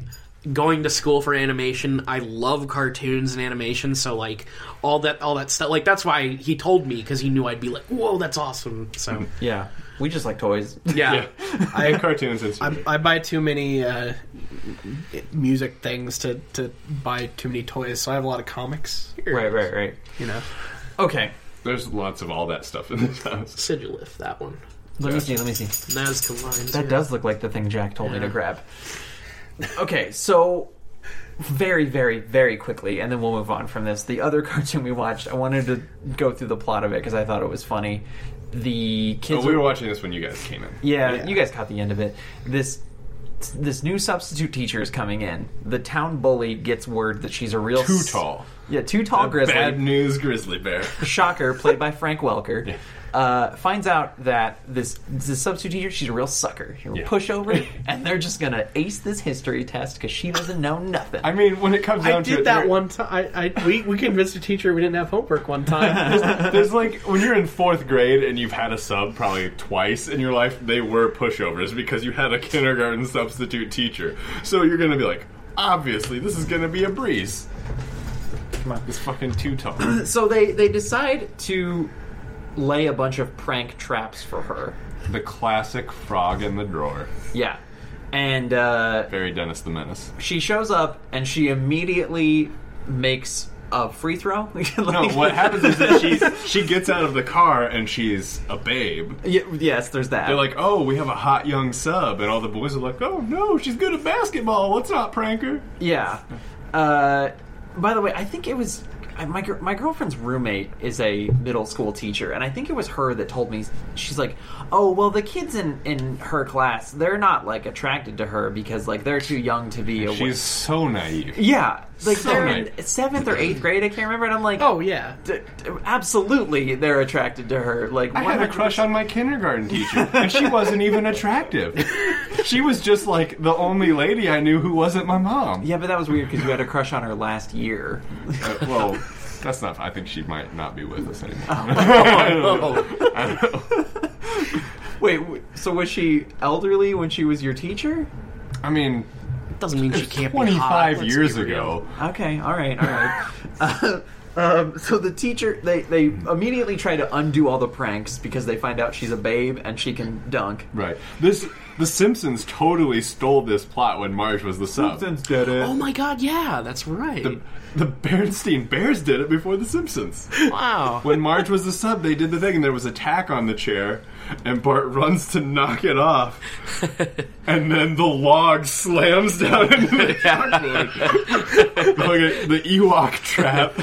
going to school for animation. I love cartoons and animation, so like all that all that stuff. Like that's why he told me because he knew I'd be like, "Whoa, that's awesome!" So
Yeah, we just like toys.
yeah.
yeah, cartoons and stuff.
I, I buy too many uh, music things to to buy too many toys, so I have a lot of comics.
right, right, right.
You know,
Okay,
There's lots of all that stuff in this house.
Sigilith, that one.
let me see. Let me see.
Nazca lines.
That
yeah.
does look like the thing Jack told me to grab. Okay, so very, very, very quickly, and then we'll move on from this. The other cartoon we watched, I wanted to go through the plot of it because I thought it was funny. The
But
kids
Oh, we
were
were watching this when you guys came in.
yeah,
Yeah.
you guys caught the end of it. This this new substitute teacher is coming in. The town bully gets word that she's a real
Too
s-
tall.
Yeah, two tall grizzly.
Bad news, grizzly bear.
Shocker, played by Frank Welker, uh, finds out that this, this substitute teacher, she's a real sucker, she's a real pushover, and they're just gonna ace this history test because she doesn't know nothing.
I mean, when it comes down
I
to it,
did that
there-
one time. I, I we, we convinced a teacher we didn't have homework one time.
There's like when you're in fourth grade and you've had a sub probably twice in your life, they were pushovers because you had a kindergarten substitute teacher. So you're gonna be like, obviously, this is gonna be a breeze. Come on, this fucking two tone.
So they they decide to lay a bunch of prank traps for her.
the classic frog in the drawer.
Yeah, and uh,
Very Dennis the Menace.
she shows up and she immediately makes a free throw. Like-
No, what happens is that she's she gets out of the car and she's a babe.
Y- yes, there's that.
They're like, oh, we have a hot young sub, and all the boys are like, oh no, she's good at basketball. Let's not prank her.
Yeah. Uh, by the way, I think it was I- my gir- my girlfriend's roommate is a middle school teacher, and I think it was her that told me. She's like, "Oh, well, the kids in in her class, they're not like attracted to her because like they're too young to be." Aware.
She's so naive.
yeah, like
so
they're in
right.
seventh or eighth grade. I can't remember, and I'm like,
oh yeah,
d- d- absolutely, they're attracted to her." Like,
I had a crush on my kindergarten teacher, and she wasn't even attractive. She was just like the only lady I knew who wasn't my mom.
Yeah, but that was weird because you had a crush on her last year.
Uh, well, that's not. I think she might not be with us anymore.
Oh.
I don't know.
Wait, w- so was she elderly when she was your teacher?
I mean,
Doesn't mean she can't be hot.
twenty-five
let's
years
be real.
ago.
Okay, all right, all right. uh, um, so the teacher, they, they immediately try to undo all the pranks because they find out she's a babe and she can dunk.
Right. This The Simpsons totally stole this plot when Marge was the sub. Simpsons did it.
Oh my god, yeah, that's right.
the, the Bernstein Bears did it before The Simpsons.
wow.
when Marge was the sub, they did the thing, and there was a tack on the chair, and Bart runs to knock it off, and then the log slams down into the chalkboard, like a, the Ewok trap.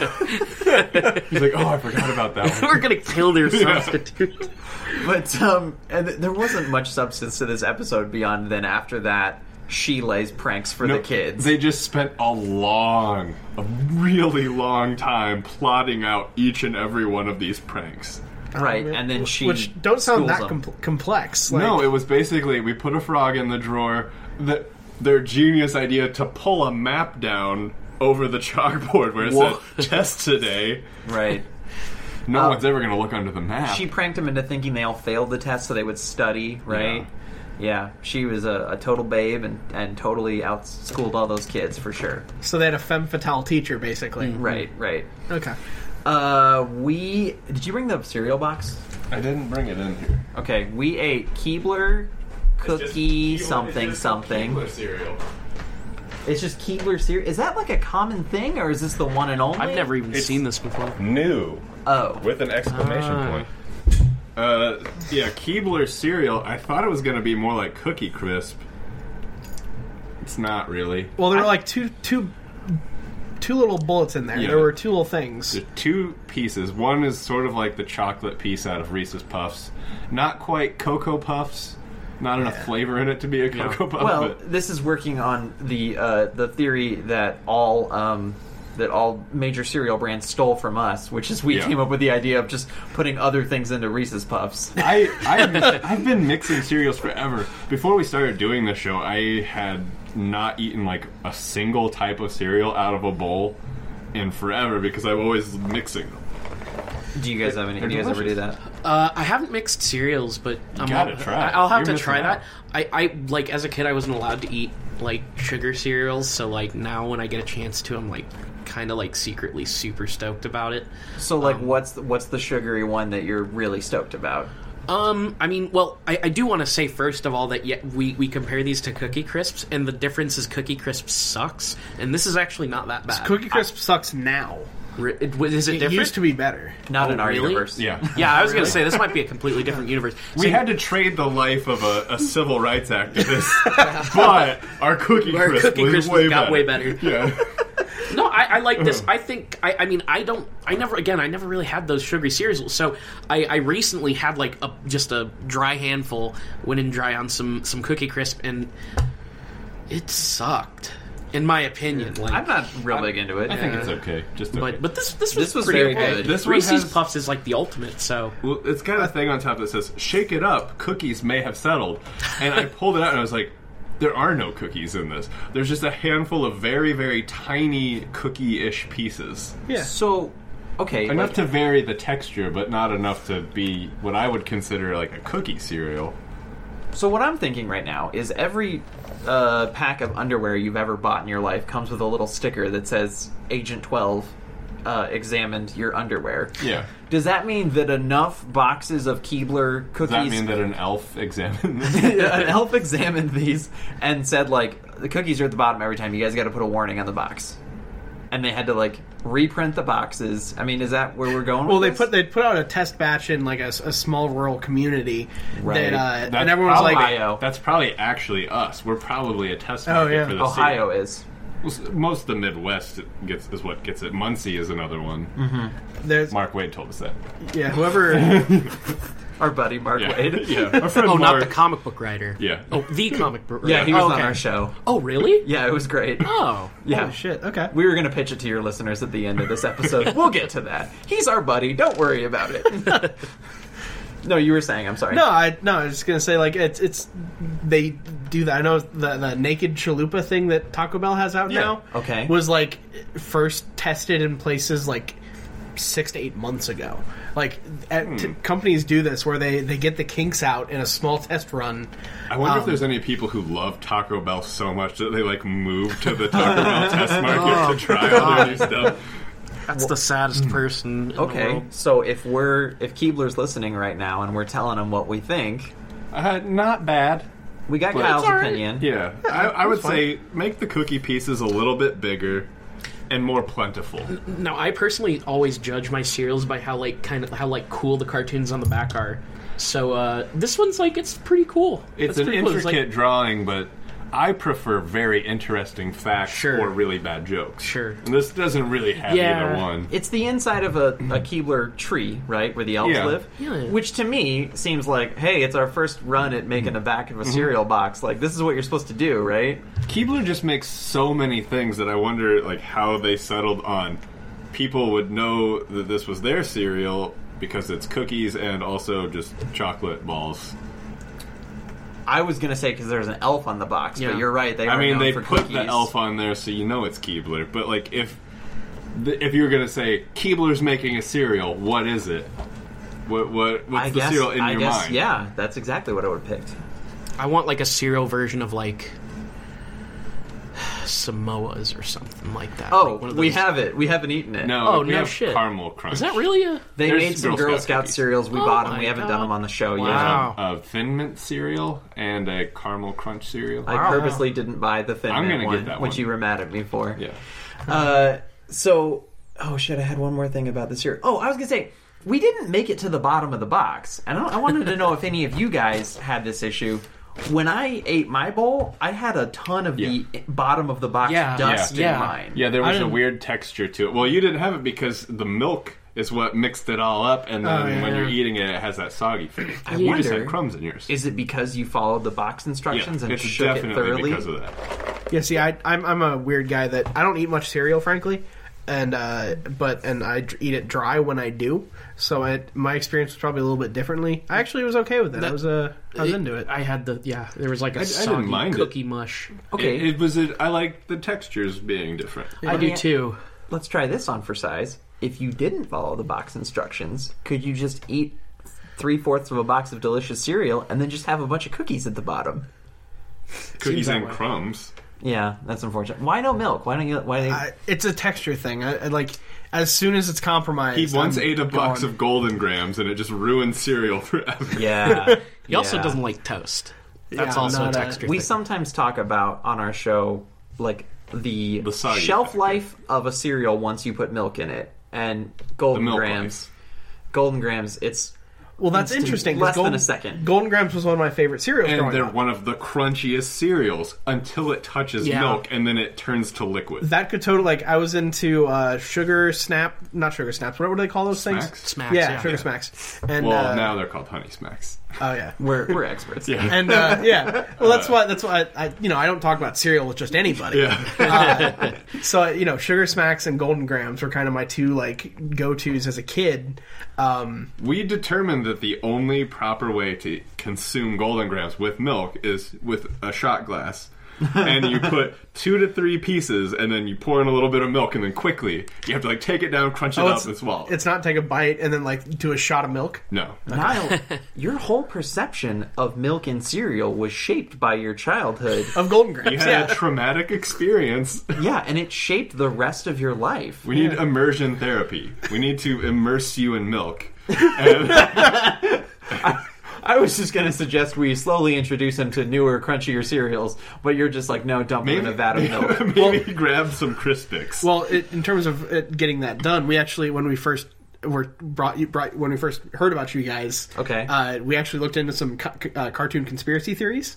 He's like, "Oh, I forgot about that one."
We're gonna kill their substitute.
But um, and th- there wasn't much substance to this episode beyond then after that, she lays pranks for the
No,
kids.
They just spent a long, a really long time plotting out each and every one of these pranks.
right, and then she.
which don't sound
schools
that
them.
com- complex. Like,
no, it was basically we put a frog in the drawer. The, their genius idea to pull a map down over the chalkboard where it
Whoa.
said test today.
Right.
No one's ever going to look under the map.
She pranked them into thinking they all failed the test so they would study, right? Yeah. she was a, a total babe and, and totally outschooled all those kids for sure.
so they had a femme fatale teacher basically.
Right, right.
Okay.
Uh, we did you bring the cereal box?
I didn't bring it in here.
Okay, we ate Keebler cookie E something something.
cereal.
It's just Keebler cereal. Is that like a common thing, or is this the one and only?
I've never even
It's-
seen this before.
New
Oh,
with an exclamation
Ah.
point. Uh, yeah, Keebler cereal. I thought it was going to be more like Cookie Crisp. It's not really.
Well, there were like two two two little bullets in there.
Yeah.
There were two little things.
There's two pieces. One is sort of like the chocolate piece out of Reese's Puffs. Not quite Cocoa Puffs. Not enough flavor in it to be a Cocoa Puff.
well,
but
this is working on the uh, the theory that all um, that all major cereal brands stole from us, which is we
Yeah.
came up with the idea of just putting other things into Reese's Puffs.
I, I, I've been mixing cereals forever. Before we started doing this show, I had not eaten like a single type of cereal out of a bowl in forever because I'm always mixing them.
Do you guys have any?
They're
Do you guys ever do
delicious.
that?
Uh, I haven't mixed cereals, but I'm
gotta
all-
try it.
I'll have
You're
to
missing
try
out.
that. I, I like as a kid, I wasn't allowed to eat like sugar cereals, so like now when I get a chance to, I'm like kind of like secretly super stoked about it.
So, like, what's the, what's the sugary one that you're really stoked about?
Um, I mean, well, I, I do want to say first of all that yet we we compare these to Cookie Crisps, and the difference is Cookie Crisp sucks, and this is actually not that bad.
Cookie Crisp sucks now.
Re- it- is it,
It
different?
used to be better.
Not in our
really?
universe.
Yeah.
yeah, I was gonna say this might be a completely different universe.
We
So-
had to trade the life of a, a civil rights activist, but our cookie
Our
crisp
Cookie
was
Crisp
way
got
better.
way better.
Yeah.
No, I, I like this.
Mm-hmm.
I think. I, I mean, I don't. I never. Again, I never really had those sugary cereals. So I, I recently had like a just a dry handful. Went and dry on some some cookie crisp, and it sucked. in my opinion. Like,
I'm not real big into it.
I think
It's okay. Just okay.
But but this this was,
This was
pretty
very
okay.
good.
This one
Reese's
has-
Puffs is like the ultimate. So
Well, it's got a thing on top that says "Shake it up, cookies may have settled," and I pulled it out and I was like, "There are no cookies in this. There's just a handful of very, very tiny cookie-ish pieces,
So, okay,
enough
like,
to vary the texture, but not enough to be what I would consider like a cookie cereal."
so what I'm thinking right now is every uh, pack of underwear you've ever bought in your life comes with a little sticker that says Agent 12 uh, examined your underwear.
Yeah.
Does that mean that enough boxes of Keebler cookies
Does that mean that an elf examined this?
an elf examined these and said like the cookies are at the bottom every time you guys got to put a warning on the box and they had to like reprint the boxes i mean is that where we're going
Well,
with
they
this?
put they put out a test batch in like a, s- a small rural community
Right.
that, uh,
That's
and everyone's like,
probably- Ohio.
That's probably actually us. We're probably a test
Oh,
market
yeah.
for the
ohio is
cereal. Most of the Midwest gets is what gets it. Muncie is another one.
"There's
Mark Wade told us that.
yeah, whoever."
our buddy mark
Yeah.
wade
yeah. Our friend
oh,
Mark.
not the comic book writer.
Yeah.
Oh, the comic book.
yeah
writer.
he was
oh,
on
okay.
our show
Oh, really?
yeah it was great
Oh,
yeah
oh shit. Okay.
we were going to pitch it to your listeners at the end of this episode we'll get to that he's our buddy don't worry about it no you were saying i'm sorry
No, I no. I was just gonna say like it's it's they do that. I know the the naked chalupa thing that Taco Bell has out now.
okay.
was like first tested in places like six to eight months ago. Like at, t- companies do this where they they get the kinks out in a small test run.
I wonder if there's any people who love Taco Bell so much that they like move to the Taco Bell test market
Oh,
to try all their new stuff.
that's the saddest person. In The
Mm. okay
world.
so if we're if keebler's listening right now and we're telling him what we think
Uh, not bad.
we got kyle's opinion
Yeah, I, I would say make the cookie pieces a little bit bigger and more plentiful.
Now, I personally always judge my cereals by how like kind of how like cool the cartoons on the back are. So uh, this one's like it's pretty cool.
It's
That's
an
pretty cool.
intricate
like,
drawing, but I prefer very interesting facts
Sure.
or really bad jokes.
Sure.
And this doesn't really have
Yeah.
either one.
It's the inside of a, a Keebler tree, right, where the elves
Yeah.
live.
Yeah.
Which to me seems like, hey, it's our first run at making a back
Mm-hmm.
of a cereal box. Like this is what you're supposed to do, right?
Keebler just makes so many things that I wonder like how they settled on people would know that this was their cereal because it's cookies and also just chocolate balls.
I was gonna say because there's an elf on the box,
Yeah.
but you're right. They
I
are
mean,
known
they
for
put
cookies.
the elf on there so you know it's Keebler, but like if th- if you were going to say Keebler's making a cereal, what is it? What what what's
I
the
guess.
cereal in
I
your
guess.
mind?
Yeah, that's exactly what I would have picked.
I want like a cereal version of like Samoa's or something like that.
Oh,
Like, one of
we
those-
have it. We haven't eaten it.
No,
Oh,
we
no
have
shit.
Caramel crunch.
Is that really a?
They
There's
made some
Girl
Girl,
Scout
Scout,
cookies.
cereals. We
Oh
bought them.
my
We haven't
God.
done them on the show
Wow.
A thin mint cereal and a caramel crunch cereal.
yet. I purposely didn't buy the thin
I'm
mint
gonna
one,
get that
which
one.
you were mad at me for.
yeah.
Uh, so, oh shit, I had one more thing about this here. Oh, I was gonna say we didn't make it to the bottom of the box, and I, I wanted to know if any of you guys had this issue. When I ate my bowl, I had a ton of
Yeah.
the bottom of the box
Yeah.
dust
Yeah.
in mine.
Yeah, there was a
didn't-
weird texture to it. Well, you didn't have it because the milk is what mixed it all up, and then
Oh, yeah.
when you're eating it, it has that soggy finish.
I
you just had
wonder-
crumbs in yours.
Is it because you followed the box instructions
yeah,
and
it's
shook it
definitely
thoroughly?
because of that.
Yeah, see, I, I'm I'm a weird guy that I don't eat much cereal, frankly, and uh, but and I d- eat it dry when I do. So I, my experience was probably a little bit differently. I actually was okay with it. I was uh, I was into it.
I had the yeah. There was like a
I didn't
soggy
mind it.
cookie mush.
Okay,
It, it was. A, I like the textures being different.
I do
mean-
too.
let's try this on for size. If you didn't follow the box instructions, could you just eat three fourths of a box of delicious cereal and then just have a bunch of cookies at the bottom?
Cookies
that
and
way.
crumbs.
Yeah, that's unfortunate. Why no milk? Why don't you? Why? They,
I, it's a texture thing. I, I like as soon as it's compromised.
He once
I'm
ate a box
gone.
of Golden Grams, and it just ruined cereal forever.
yeah.
He also doesn't like toast. That's
Yeah,
also a
not a-
texture.
We
thing.
sometimes talk about on our show like the,
The side
shelf
effect,
life of a cereal once you put milk in it, and golden
The milk
grams. Golden grams. It's
Well, that's
instant-
interesting. 'cause
Less than
Golden-
a second.
Golden Grams was one of my favorite cereals.
And
growing
they're
up.
one of the crunchiest cereals until it touches
Yeah.
milk, and then it turns to liquid.
That could totally like I was into uh, sugar snap, not sugar snaps. What do they call those
Smacks?
things?
Smacks, yeah.
sugar
Yeah.
smacks. And
well,
uh,
now they're called Honey Smacks.
Oh yeah.
We're we're experts. Yeah.
And uh, yeah, well, that's why that's why I, I you know I don't talk about cereal with just anybody. Uh, so you know, Sugar Smacks and Golden Grams were kind of my two like go tos as a kid. Um,
We determined that the only proper way to consume golden grams with milk is with a shot glass. and you put two to three pieces, and then you pour in a little bit of milk, and then quickly you have to like take it down, crunch it
Oh,
up,
it's-
and swallow.
it's not take a bite and then like do a shot of milk.
no,
Niall, your whole perception of milk and cereal was shaped by your childhood.
Of Golden
you
Grams,
had
yeah.
a traumatic experience.
yeah, and it shaped the rest of your life.
We need immersion therapy. We need to immerse you in milk. And
I was just going to suggest we slowly introduce him to newer, crunchier cereals, but you're just like, no, dump him in a vat of milk.
maybe grab some Crispix.
Well, it, in terms of it getting that done, we actually when we first were brought you brought when we first heard about you guys.
Okay.
Uh, we actually looked into some ca- uh, cartoon conspiracy theories,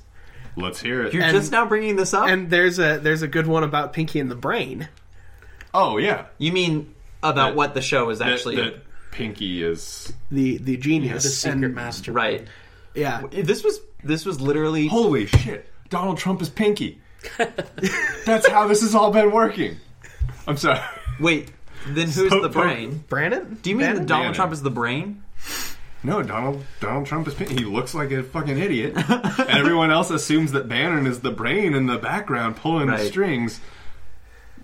Let's hear it.
You're
And-
just now bringing this up?
and there's a there's a good one about Pinky and the Brain.
oh yeah,
you mean about what the show is
That-
actually.
that, Pinky is
The the genius,
the secret
and-
master.
Right.
Yeah,
This was this was literally
holy shit, Donald Trump is Pinky. That's how this has all been working. I'm sorry.
wait. Then who's
So-
the brain?
Brannon.
Do you mean
Bannon?
that Donald
Bannon.
Trump is the brain?
No, Donald Donald Trump is Pinky. He looks like a fucking idiot, and everyone else assumes that Bannon is the brain in the background pulling the
Right.
strings.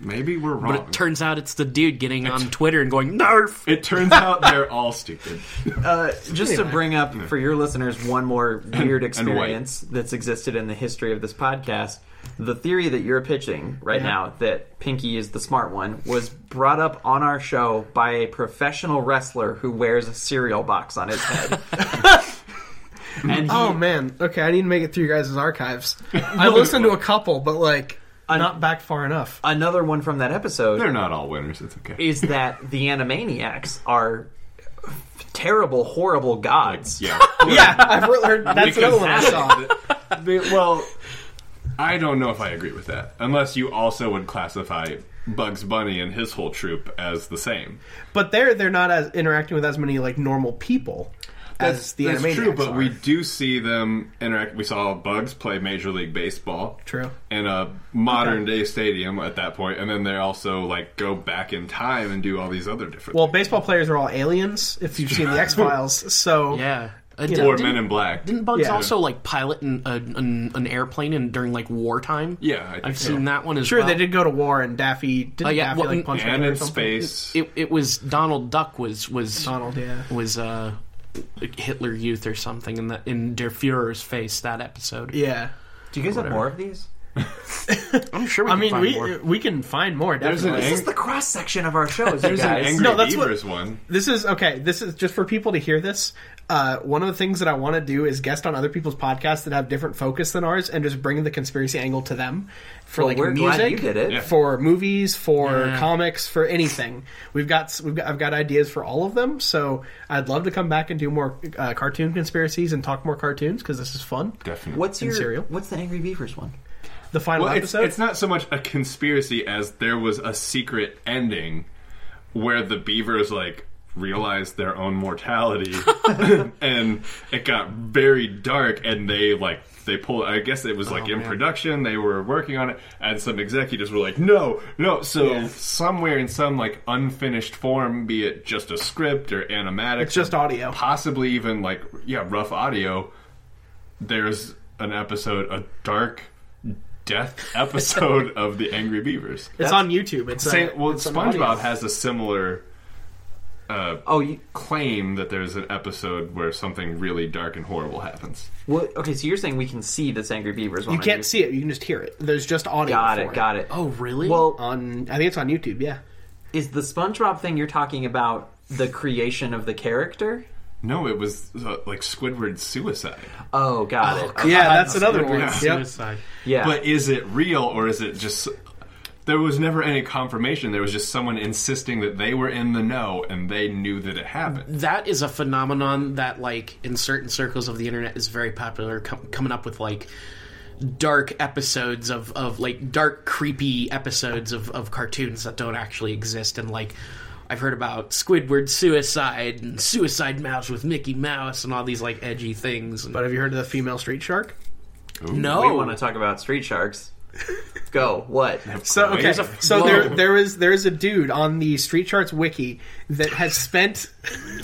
Maybe we're wrong.
But it turns out it's the dude getting on Twitter and going nerf.
It turns out they're all stupid.
Uh, just to bring up for your listeners one more weird experience that's existed in the history of this podcast, the theory that you're pitching right
Uh-huh.
now that Pinky is the smart one was brought up on our show by a professional wrestler who wears a cereal box on his head. and he,
Oh man, okay, I need to make it through your guys' archives. I listened to a couple, but like not back far enough.
another one from that episode
They're not all winners. It's okay.
is that the Animaniacs are terrible, horrible gods.
Yeah.
yeah, I've re- heard that's another one I saw.
They- well, I don't know if I agree with that. Unless you also would classify Bugs Bunny and his whole troop as the same.
But there, they're not as interacting with as many like normal people as the
That's
Animaniacs
true, but
are.
we do see them interact. We saw Bugs play Major League Baseball.
True.
In a modern day stadium at that point, and then they also like go back in time and do all these other different.
Well, baseball players are all aliens if you've seen the X Files. So
Yeah. Uh,
Yeah.
did-
or
didn't-
Men in Black.
Didn't Bugs
Yeah.
also like pilot an, a, an, an airplane and during like wartime?
Yeah, I think
I've
so.
seen that one as
sure,
well.
they did go to war, and Daffy didn't
Oh, yeah,
Daffy
well,
like
and-
punch
and
her or
in
something?
space,
It, it was Donald Duck was was
Donald, yeah.
was uh Hitler Youth or something in the in Der Führer's face that episode.
Yeah,
Do you guys have more of these?
I'm sure we
I
can
mean
find
we
more.
we can find more.
there's
Definitely.
an,
This is
ang-
the cross section of our shows, you
there's an
guys.
angry
No, that's what-
beavers one.
This is okay. This is just for people to hear this. Uh, one of the things that I want to do is guest on other people's podcasts that have different focus than ours, and just bring the conspiracy angle to them for
Well,
like
we're
music,
glad you did it. Yeah.
for movies, for comics, for anything. We've got we've got I've got ideas for all of them. So I'd love to come back and do more uh, cartoon conspiracies and talk more cartoons because this is fun.
Definitely.
What's
And
your
cereal.
What's the Angry Beavers one?
The final
Well, it's,
episode.
it's not so much a conspiracy as there was a secret ending where the beavers like realized their own mortality and it got very dark and they like they pulled i guess it was like
Oh,
in production they were working on it and some executives were like no no so somewhere in some like unfinished form be it just a script or animatic
It's just
or
audio.
possibly even like yeah rough audio there's an episode, a dark death episode of the Angry Beavers.
It's on YouTube. It's
Say-
uh,
well,
it's on audio.
SpongeBob has a similar
Oh, you,
claim that there's an episode where something really dark and horrible happens.
well, okay. So you're saying we can see this Angry Beavers one?
You can't see it. You can just hear it. There's just audio.
Got
for
it. Got it.
Oh really?
Well,
On I think it's on YouTube. Yeah.
is the SpongeBob thing you're talking about the creation of the character?
No, it was uh, like Squidward's suicide.
Oh, got it. Okay,
Yeah, that's another one. Yep.
suicide.
yeah.
But is it real or is it just. There was never any confirmation. There was just someone insisting that they were in the know and they knew that it happened.
That is a phenomenon that like in certain circles of the internet is very popular. Com- coming up with like dark episodes of, of like dark creepy episodes of, of cartoons that don't actually exist and like I've heard about Squidward suicide and Suicide Mouse with Mickey Mouse and all these like edgy things.
But have you heard of the female street shark?
no,
We want to talk about street sharks. Go. What?
So okay,
There's a-
so
Whoa.
there there is there is a dude on the Street Charts wiki that has spent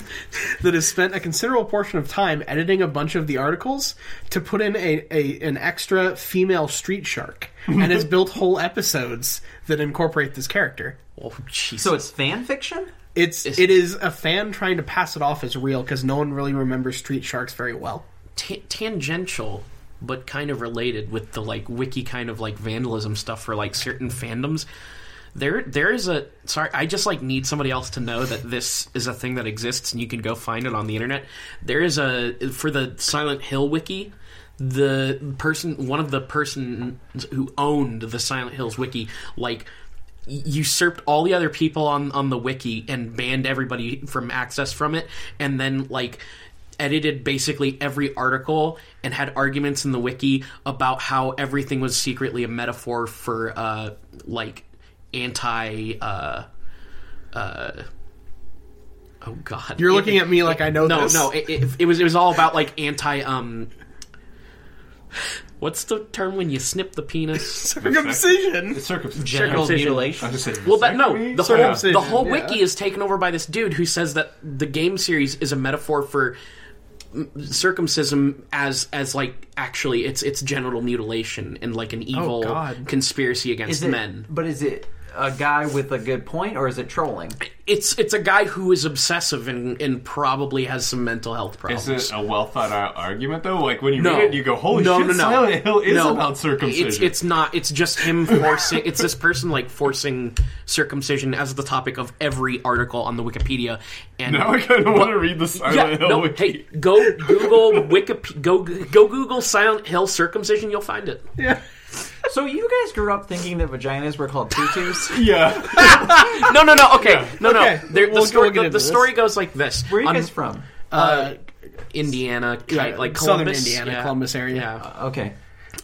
that has spent a considerable portion of time editing a bunch of the articles to put in a, a an extra female street shark and has built whole episodes that incorporate this character.
oh, Jesus.
So it's fan fiction?
It's it is a fan trying to pass it off as real because no one really remembers street sharks very well.
ta- tangential but kind of related with the like wiki kind of like vandalism stuff for like certain fandoms there there is a sorry i just like need somebody else to know that this is a thing that exists and you can go find it on the internet there is a for the silent hill wiki the person one of the persons who owned the silent hills wiki like usurped all the other people on on the wiki and banned everybody from access from it and then like edited basically every article and had arguments in the wiki about how everything was secretly a metaphor for uh like anti uh uh oh god
You're looking at me like I know
no
this.
no it, it, it was it was all about like anti um what's the term when you snip the penis
Circumcision.
Circumcision.
Genital
Circumcision.
mutilation.
Well, that no, the whole
Circumcision,
the whole
yeah.
wiki is taken over by this dude who says that the game series is a metaphor for mm, circumcision as as like actually it's it's genital mutilation and like an evil
Oh, God.
conspiracy against
Is it-
men.
But is it a guy with a good point or is it trolling?
It's it's a guy who is obsessive and and probably has some mental health problems.
Is it a well thought out argument though? Like when you
No.
read it, you go, "Holy
no,
shit!"
no, no.
Silent Hill is
No.
about circumcision.
It's, it's not. It's just him forcing. it's this person like forcing circumcision as the topic of every article on the Wikipedia. And
now I kind of
But-
want to read the Silent
yeah,
Hill
no,
wiki.
hey, go Google Wikipedia. Go go Google Silent Hill circumcision. You'll find it.
So you guys grew up thinking that vaginas were called tutus?
Yeah,
No, no, no. Okay, no, no.
Okay,
There,
we'll-
the story,
we'll get
the,
into
the
this.
story goes like this:
Where are you
on
guys from?
Uh,
Indiana, ki-
yeah,
like
southern
Columbus,
Indiana,
yeah.
Columbus area.
Yeah,
Okay.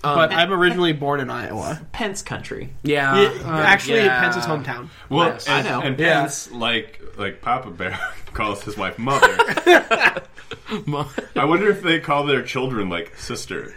but I'm originally born in Iowa.
Pence country.
yeah. uh,
Actually,
yeah.
Pence's hometown.
well,
Yes.
and,
I know.
and
Yeah.
Pence, like like Papa Bear calls his wife mother. I wonder if they call their children like sister.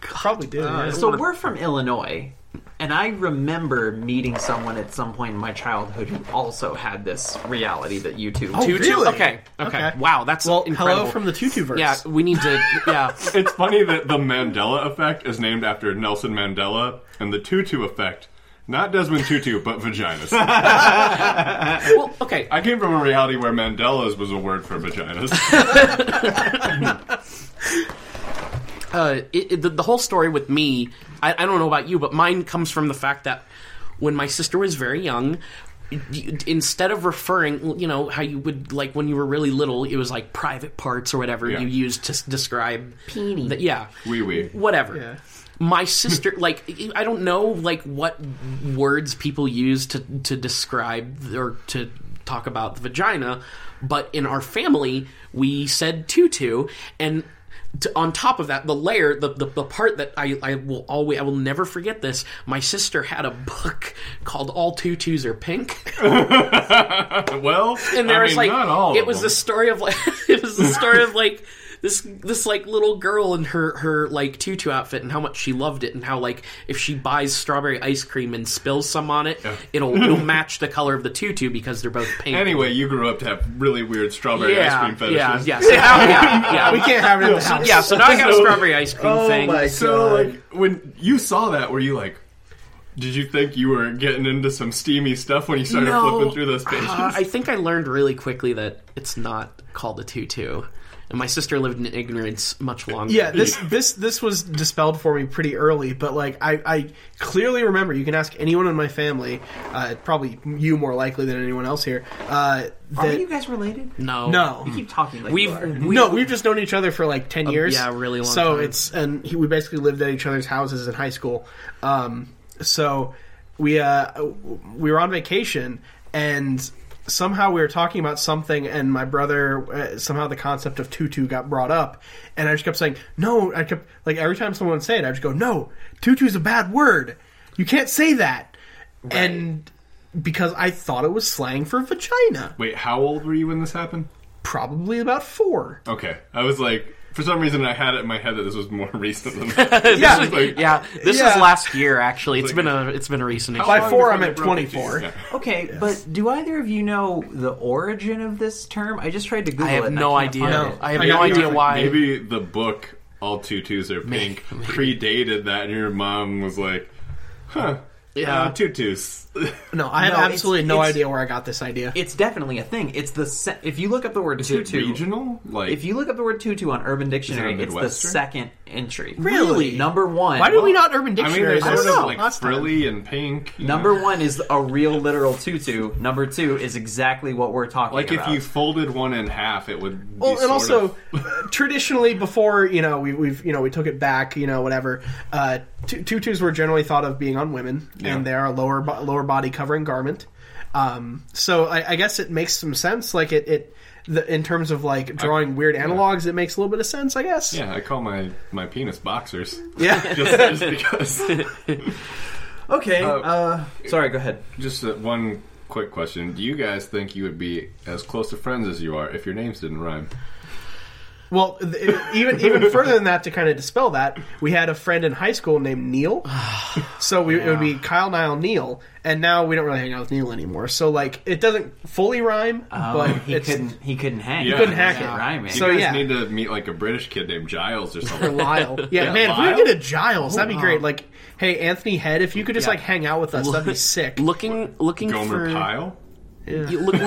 Probably did. yeah.
So we're from Illinois, and I remember meeting someone at some point in my childhood who also had this reality that you two.
Tutu?
really?
Okay. okay,
Okay.
Wow, that's
Well,
incredible.
hello from the Tutu verse.
yeah, we need to. Yeah,
It's funny that the Mandela effect is named after Nelson Mandela, and the Tutu effect, not Desmond Tutu, but vaginas.
well, okay.
I came from a reality where Mandela's was a word for vaginas.
uh, it, it, the, the whole story with me, I, I don't know about you, but mine comes from the fact that when my sister was very young, y- instead of referring, you know, how you would like when you were really little, it was like private parts or whatever
Yeah.
you used to s- describe. Peenie. yeah.
Wee wee.
Whatever.
Yeah.
My sister, like, I don't know, like, what words people use to, to describe or to talk about the vagina, but in our family, we said tutu, and to, on top of that, the layer, the, the, the part that I, I will always, I will never forget this, my sister had a book called All Tutus Are Pink,
well,
and there
I
was
mean,
like,
not all.
it
of
was
them.
the story of like, it was the story of like, this this like little girl and her her like tutu outfit and how much she loved it and how like if she buys strawberry ice cream and spills some on it it'll it'll match the color of the tutu because they're both pink.
Anyway, you grew up to have really weird strawberry ice
yeah,
cream
yeah,
fetishes.
yeah, so now, yeah, yeah.
We can't Oh have it in the house.
Yeah, so now I got a strawberry ice cream thing.
So, like, when you saw that, were you like, did you think you were getting into some steamy stuff when you started
No,
flipping through those pages?
uh, I think I learned really quickly that it's not called a tutu. And my sister lived in ignorance much longer.
Yeah, this this this was dispelled for me pretty early, but like I, I clearly remember. You can ask anyone in my family, uh, probably you more likely than anyone else here. Uh,
Are
that
you guys related?
No.
no,
You keep talking like you are.
We've we,
no, we've just known each other for like ten years.
yeah, a really long
So
time.
it's and he, we basically lived at each other's houses in high school. Um, so we uh, we were on vacation and somehow we were talking about something and my brother uh, somehow the concept of tutu got brought up and I just kept saying no. I kept like every time someone would say it, I just go no. Tutu's a bad word. You can't say that. And because I thought it was slang for vagina.
Wait, how old were you when this happened?
Probably about four.
Okay, I was like, for some reason, I had it in my head that this was more recent than that.
yeah,
It's like-
yeah. This
Yeah.
is last year, actually. It's been a it's been a recent issue.
How
By
long
four,
before
I'm
they
at
broke it?
24.
Jesus, yeah.
Okay, but do either of you know the origin of this term? I just tried to Google
I
it.
have
and
no
can't
idea.
find it.
I have
I
no
got you.
idea why.
Maybe the book "All Tutus Are Pink" predated that, and your mom was like, "Huh,
Yeah.
uh, tutus."
No, I have
No, it's-
absolutely no
it's-
idea where I got this idea.
It's definitely a thing. It's the se- if you look up the word
Is it
tutu,
regional? Like,
if you look up the word tutu on Urban Dictionary, it's the
Midwestern?
second entry.
Really?
number one.
Why did we not Urban
I mean,
Dictionary?
they're
this?
sort of
know.
like
Last time.
frilly and pink. you
Number
know?
one is a real literal tutu. Number two is exactly what we're talking
Like
about.
if you folded one in half, it would. Be
Well, and
sort
also
of-
traditionally, before you know, we, we've you know we took it back, you know, whatever. Uh, tu- tutus were generally thought of being on women,
Yeah.
and they are a lower bo- lower body covering garment. Um, so I, I guess it makes some sense, like it it the, in terms of like drawing weird analogs, it makes a little bit of sense, I guess.
yeah, I call my my penis boxers
yeah.
just, just because.
okay, uh, sorry, go ahead.
Just uh, one quick question: Do you guys think you would be as close to friends as you are if your names didn't rhyme?
Well, th- even even further than that, to kind of dispel that, we had a friend in high school named Neil. So we, it would be Kyle, Nile, Neil, and now we don't really hang out with Neil anymore. So like, it doesn't fully rhyme,
Um,
but
he
it's
couldn't. He couldn't hang.
Yeah. couldn't
hack it.
Rhyming.
You
So,
guys
yeah.
need to meet like a British kid named Giles or something.
Lyle. Yeah, man, if
Lyle?
we could get a Giles, that'd be great. Like, hey, Anthony Head, if you could just
Yeah.
like hang out with us, that'd be sick.
looking looking
Gomer
for
Pyle.
you look,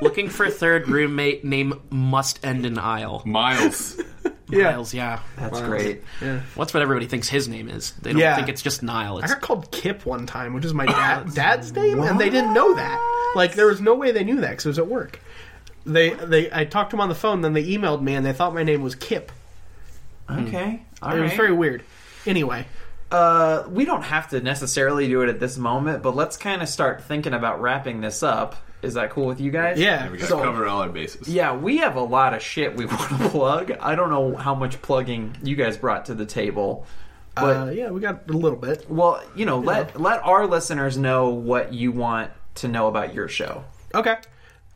looking for a third roommate name must end in aisle.
Miles.
yeah.
Niles, yeah.
That's great.
What's what everybody thinks his name is. They don't
Yeah.
think it's just Nile.
I
It's
got called Kip one time, which is my dad, dad's name, and they didn't know that. Like there was no way they knew that because it was at work. They they I talked to them on the phone, then they emailed me, and they thought my name was Kip.
Okay. All
It was
right.
very weird. Anyway,
Uh, we don't have to necessarily do it at this moment, but let's kind of start thinking about wrapping this up. Is that cool with you guys?
yeah,
We got to
So-
cover all our bases.
Yeah, we have a lot of shit we want to plug. I don't know how much plugging you guys brought to the table. But
uh, yeah, we got a little bit.
well, you know, let let our listeners know what you want to know about your show.
Okay.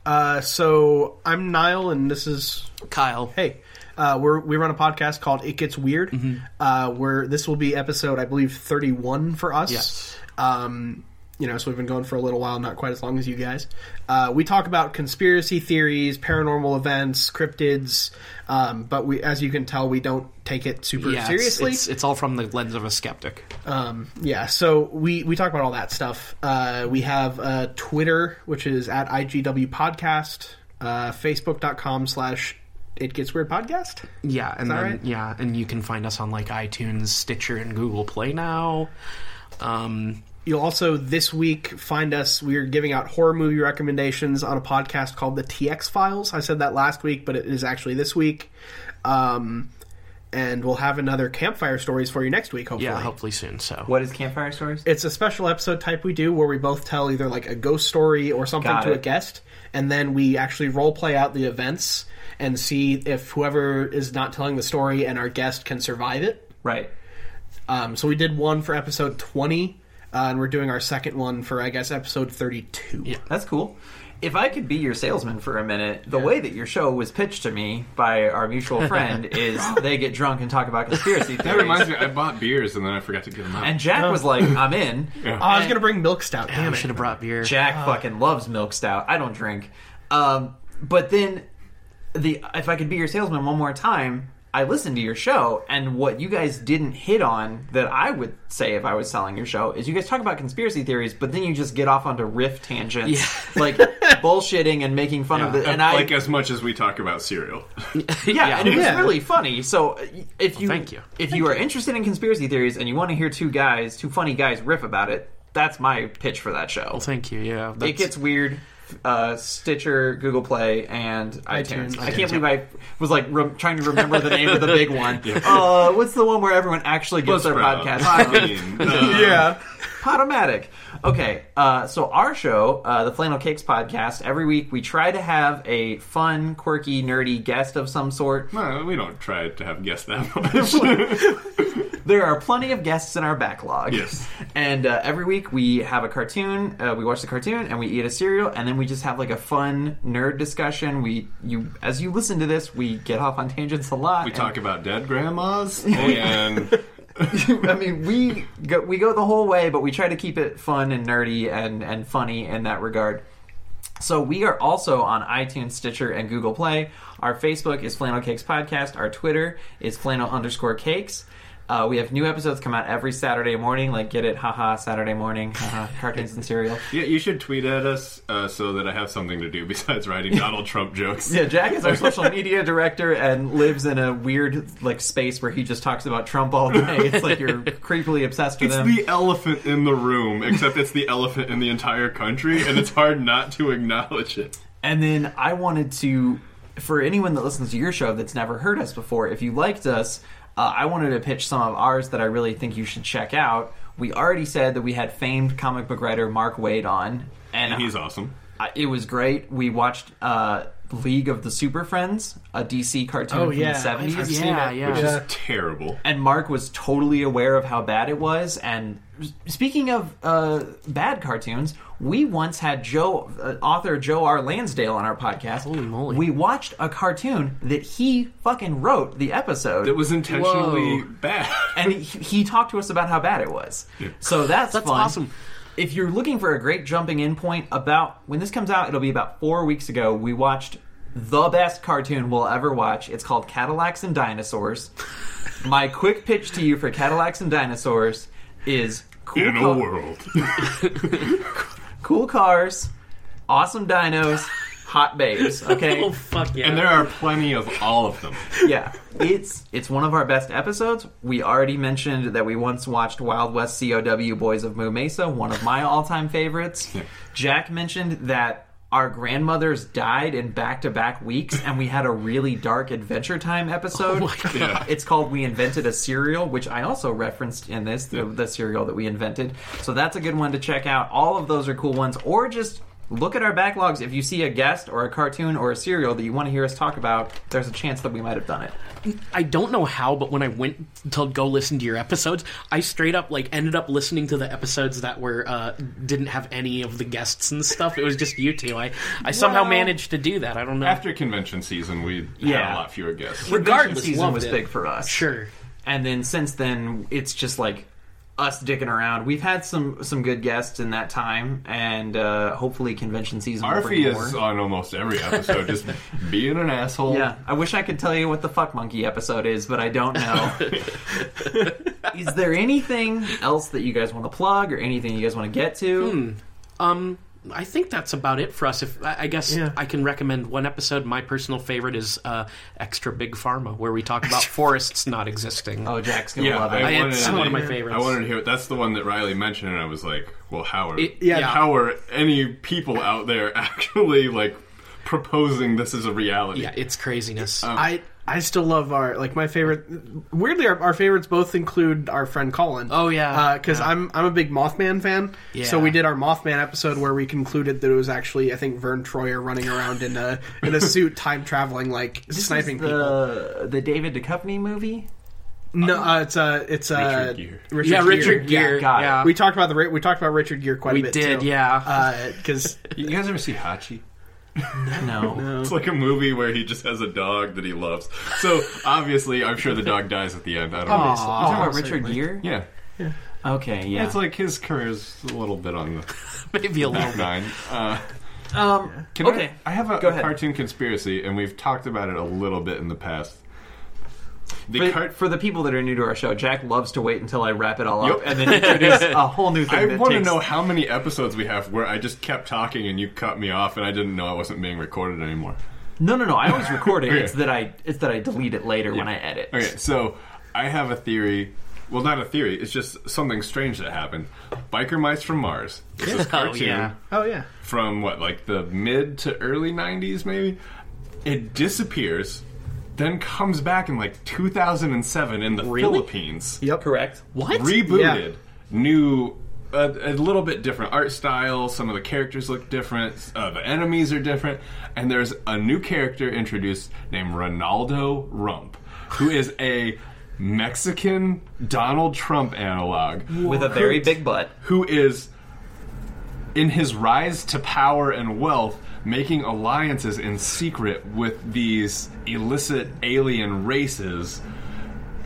Uh, so I'm Niall, and this is
Kyle.
hey. Uh, we're, we run a podcast called It Gets Weird.
Mm-hmm.
Uh, where this will be episode, I believe, 31 for us.
Yes.
Um, you know, so we've been going for a little while, not quite as long as you guys. Uh, we talk about conspiracy theories, paranormal events, cryptids, um, but we, as you can tell, we don't take it super
Yeah, it's-
seriously.
It's, it's all from the lens of a skeptic.
Um, yeah, so we, we talk about all that stuff. Uh, we have uh, Twitter, which is at IGW Podcast, uh, Facebook.com slash It Gets Weird Podcast.
Yeah, and
that
then
right?
yeah, and you can find us on like iTunes, Stitcher, and Google Play now. Um,
You'll also this week find us. We're giving out horror movie recommendations on a podcast called the TX Files. I said that last week, but it is actually this week. Um, and we'll have another campfire stories for you next week. Hopefully,
yeah, hopefully soon. So
What is Campfire Stories?
it's a special episode type we do where we both tell either like a ghost story or something
Got
to a
it.
guest, and then we actually role play out the events and see if whoever is not telling the story and our guest can survive it.
Right.
Um, so we did one for episode 20, uh, and we're doing our second one for, I guess, episode 32. Yeah.
That's cool. If I could be your salesman for a minute, the way that your show was pitched to me by our mutual friend is they get drunk and talk about conspiracy
That reminds
theories.
me, I bought beers and then I forgot to give them out.
And Jack was like, "I'm in."
Oh, I was going to bring Milk Stout. Damn
we
it.
should have brought beer.
Jack fucking loves milk stout. I don't drink. Um, but then the if I could be your salesman one more time, I listened to your show and what you guys didn't hit on that I would say if I was selling your show is you guys talk about conspiracy theories, but then you just get off onto riff tangents, like bullshitting and making fun of
Yeah,
it. And I
like as much as we talk about cereal.
yeah, and it was
Yeah.
really funny. So uh, if you
thank you.
if you are interested in conspiracy theories and you want to hear two guys, two funny guys riff about it, that's my pitch for that show.
Thank you. Yeah,
It gets weird. Uh, Stitcher, Google Play, and iTunes.
iTunes,
I can't believe I was like rem- trying to remember the name of the big one. Uh, what's the one where everyone actually gets their
Buzzsprout.
podcast?
Podbean. Uh,
Yeah.
Potomatic. Okay, uh, so our show, uh, the Flannel Cakes podcast, every week we try to have a fun, quirky, nerdy guest of some sort.
Well, we don't try to have guessed that much.
there are plenty of guests in our backlog.
Yes.
And uh, every week we have a cartoon. Uh, we watch the cartoon and we eat a cereal, and then we just have like a fun nerd discussion. We you as you listen to this, we get off on tangents a lot.
We
and-
talk about dead grandmas and
I mean, we go, we go the whole way, but we try to keep it fun and nerdy and and funny in that regard. So we are also on iTunes, Stitcher, and Google Play. Our Facebook is Flannel Cakes Podcast. Our Twitter is Flannel underscore Cakes. Uh, we have new episodes come out every Saturday morning. Like get it, haha, Saturday morning, haha, cartoons and cereal.
yeah, you should tweet at us uh, so that I have something to do besides writing Donald Trump jokes.
Yeah, Jack is our social media director and lives in a weird like space where he just talks about Trump all day. It's like you're creepily obsessed with
It's
him.
the elephant in the room, except it's the elephant in the entire country, and it's hard not to acknowledge it.
And then I wanted to, for anyone that listens to your show that's never heard us before, if you liked us, uh, I wanted to pitch some of ours that I really think you should check out. We already said that we had famed comic book writer Mark Wade on, and,
He's awesome.
I, it was great. We watched uh, League of the Super Friends, a DC cartoon
Oh,
from
yeah.
the
I've
seventies,
seen
Yeah,
it.
yeah.
Just terrible.
and Mark was totally aware of how bad it was. And speaking of uh, bad cartoons, we once had Joe, uh, author Joe R. Lansdale, on our podcast.
Holy moly.
We watched a cartoon that he fucking wrote the episode,
It was intentionally
Whoa.
bad.
and he, he talked to us about how bad it was. So that's
That's
fun.
awesome.
If you're looking for a great jumping in point, about when this comes out, it'll be about four weeks ago. We watched the best cartoon we'll ever watch. It's called Cadillacs and Dinosaurs. My quick pitch to you for Cadillacs and Dinosaurs is cool,
in
co-
a world.
cool cars, awesome dinos, hot babes. Okay,
Oh fuck yeah!
and there are plenty of all of them.
yeah, it's it's one of our best episodes. We already mentioned that we once watched Wild West COW Boys of Moo Mesa, one of my all-time favorites. Jack mentioned that our grandmothers died in back-to-back weeks, and we had a really dark Adventure Time episode.
God.
It's called "We Invented a Cereal," which I also referenced in this the, the cereal that we invented. So that's a good one to check out. All of those are cool ones, or just. Look at our backlogs. If you see a guest or a cartoon or a cereal that you want to hear us talk about, there's a chance that we might have done it.
I don't know how, but when I went to go listen to your episodes, I straight up like ended up listening to the episodes that were uh, didn't have any of the guests and stuff. It was just you two. I I somehow managed to do that. I don't know.
After convention season, we had
Yeah.
a lot fewer guests.
Regardless,
Convention season
loved
was
it.
big for us.
Sure.
And then since then, it's just like us dicking around. We've had some some good guests in that time, and uh, hopefully convention season will
Arfie
bring
is
more.
on almost every episode, just being an asshole.
Yeah, I wish I could tell you what the fuck monkey episode is, but I don't know. is there anything else that you guys want to plug or anything you guys want to get to?
Um, I think that's about it for us. If I I guess I can recommend one episode. My personal favorite is uh, Extra Big Pharma, where we talk about forests not existing.
Oh, Jack's gonna
Yeah,
love
I
it.
it's
wanted to-
one of my favorites.
I wanted to hear it. That's the one that Riley mentioned, and I was like, "Well, how are
It- yeah.
how are any people out there actually like proposing this is a reality?"
yeah, it's craziness.
I I still love our like my favorite. Weirdly, our, our favorites both include our friend Colin.
Oh, yeah.
because I'm I'm a big Mothman fan.
Yeah.
So we did our Mothman episode where we concluded that it was actually I think Vern Troyer running around in a in a suit, time traveling, like sniping people.
the the David Duchovny movie.
No, uh, it's uh, it's uh,
Richard Gere.
um, yeah, Richard
Yeah.
Gere.
got it.
yeah.
We talked about the Ri- we talked about Richard Gere quite
We
a bit.
did,
too. Uh,
yeah.
because
You guys ever see Hachi?
No.
It's like a movie where he just has a dog that he loves. So obviously, I'm sure the dog dies at the end. I don't know.
You talking about Richard Gere?
Yeah.
Okay, yeah.
It's like his career's a little bit on the
maybe a little
back nine. Uh,
um,
can
okay.
I, I have a,
Go
a
ahead.
cartoon conspiracy, and we've talked about it a little bit in the past. The
But
cart-
for the people that are new to our show, Jack loves to wait until I wrap it all up
Yep.
and then introduce a whole new thing.
I
that
want to
takes-
know how many episodes we have where I just kept talking and you cut me off and I didn't know I wasn't being recorded anymore.
No, no, no. I always record it.
Okay.
It's that I it's that I delete it later when I edit.
Okay, so I have a theory. Well, not a theory. It's just something strange that happened. Biker Mice from Mars. It's this cartoon
yeah.
oh yeah,
from what, like the mid to early '90s, maybe. It disappears, then comes back in like 2007 in the
Really?
Philippines.
yep,
Correct.
what?
rebooted, new, uh, a little bit different art style. Some of the characters look different. Uh, the enemies are different, and there's a new character introduced named Ronaldo Rump, who is a Mexican Donald Trump analog
with a very big butt.
who is in his rise to power and wealth making alliances in secret with these illicit alien races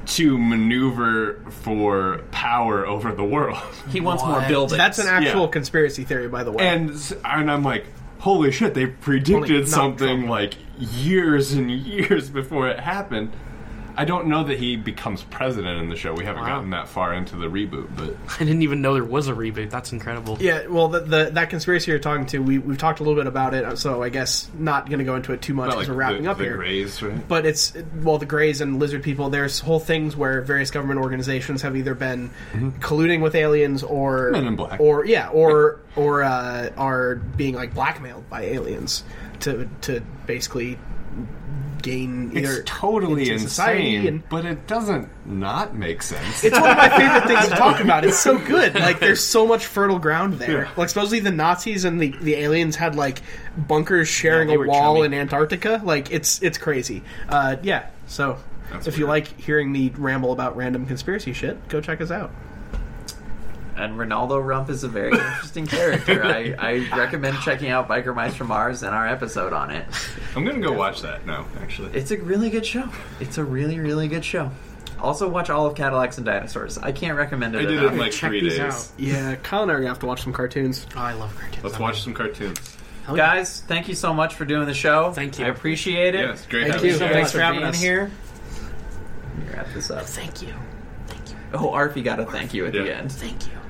to maneuver for power over the world.
He wants more buildings.
That's an actual
Yeah.
conspiracy theory, by the way.
And s- and I'm like, holy shit, they predicted
Only not
something
Trump.
like years and years before it happened. I don't know that he becomes president in the show. We haven't gotten that far into the reboot, but
I didn't even know there was a reboot. That's incredible.
yeah, well, the, the, that conspiracy you're talking to, we, we've talked a little bit about it, so I guess not going to go into it too much
Not
because
like
we're wrapping
the,
up
the
here.
Grays, right?
but it's well the Greys and lizard people. There's whole things where various government organizations have either been colluding with aliens or
Mm-hmm. Men in Black.
or yeah, or or uh, are being like blackmailed by aliens to to basically gain either
It's totally
into
insane,
society and-
but it doesn't not make sense.
it's one of my favorite things to talk about. It's so good. Like, there's so much fertile ground there.
Yeah.
Like, supposedly the Nazis and the, the aliens had like bunkers sharing
Yeah, they
a
were
wall
chummy.
in Antarctica. Like, it's it's crazy. Uh, yeah. So,
That's
if you
weird.
like hearing me ramble about random conspiracy shit, go check us out.
and Ronaldo Rump is a very interesting character. I, I recommend checking out Biker Mice from Mars and our episode on it.
I'm gonna go watch that now, actually.
It's a really good show. It's a really, really good show. Also, watch all of Cadillacs and Dinosaurs. I can't recommend it
I did it
enough.
in like three
these
days.
out.
Yeah, Kyle and I are gonna have to watch some cartoons.
Oh, I love cartoons.
Let's
I'm-
watch some cartoons.
Guys, thank you so much for doing the show.
Thank you.
I appreciate it.
Yes, great.
Thank
having
you.
you.
Thanks for
being
having us.
here. Let me Wrap this up.
Thank you. Thank you.
Oh, Arfie got a thank you at the
Yeah.
end.
Thank you.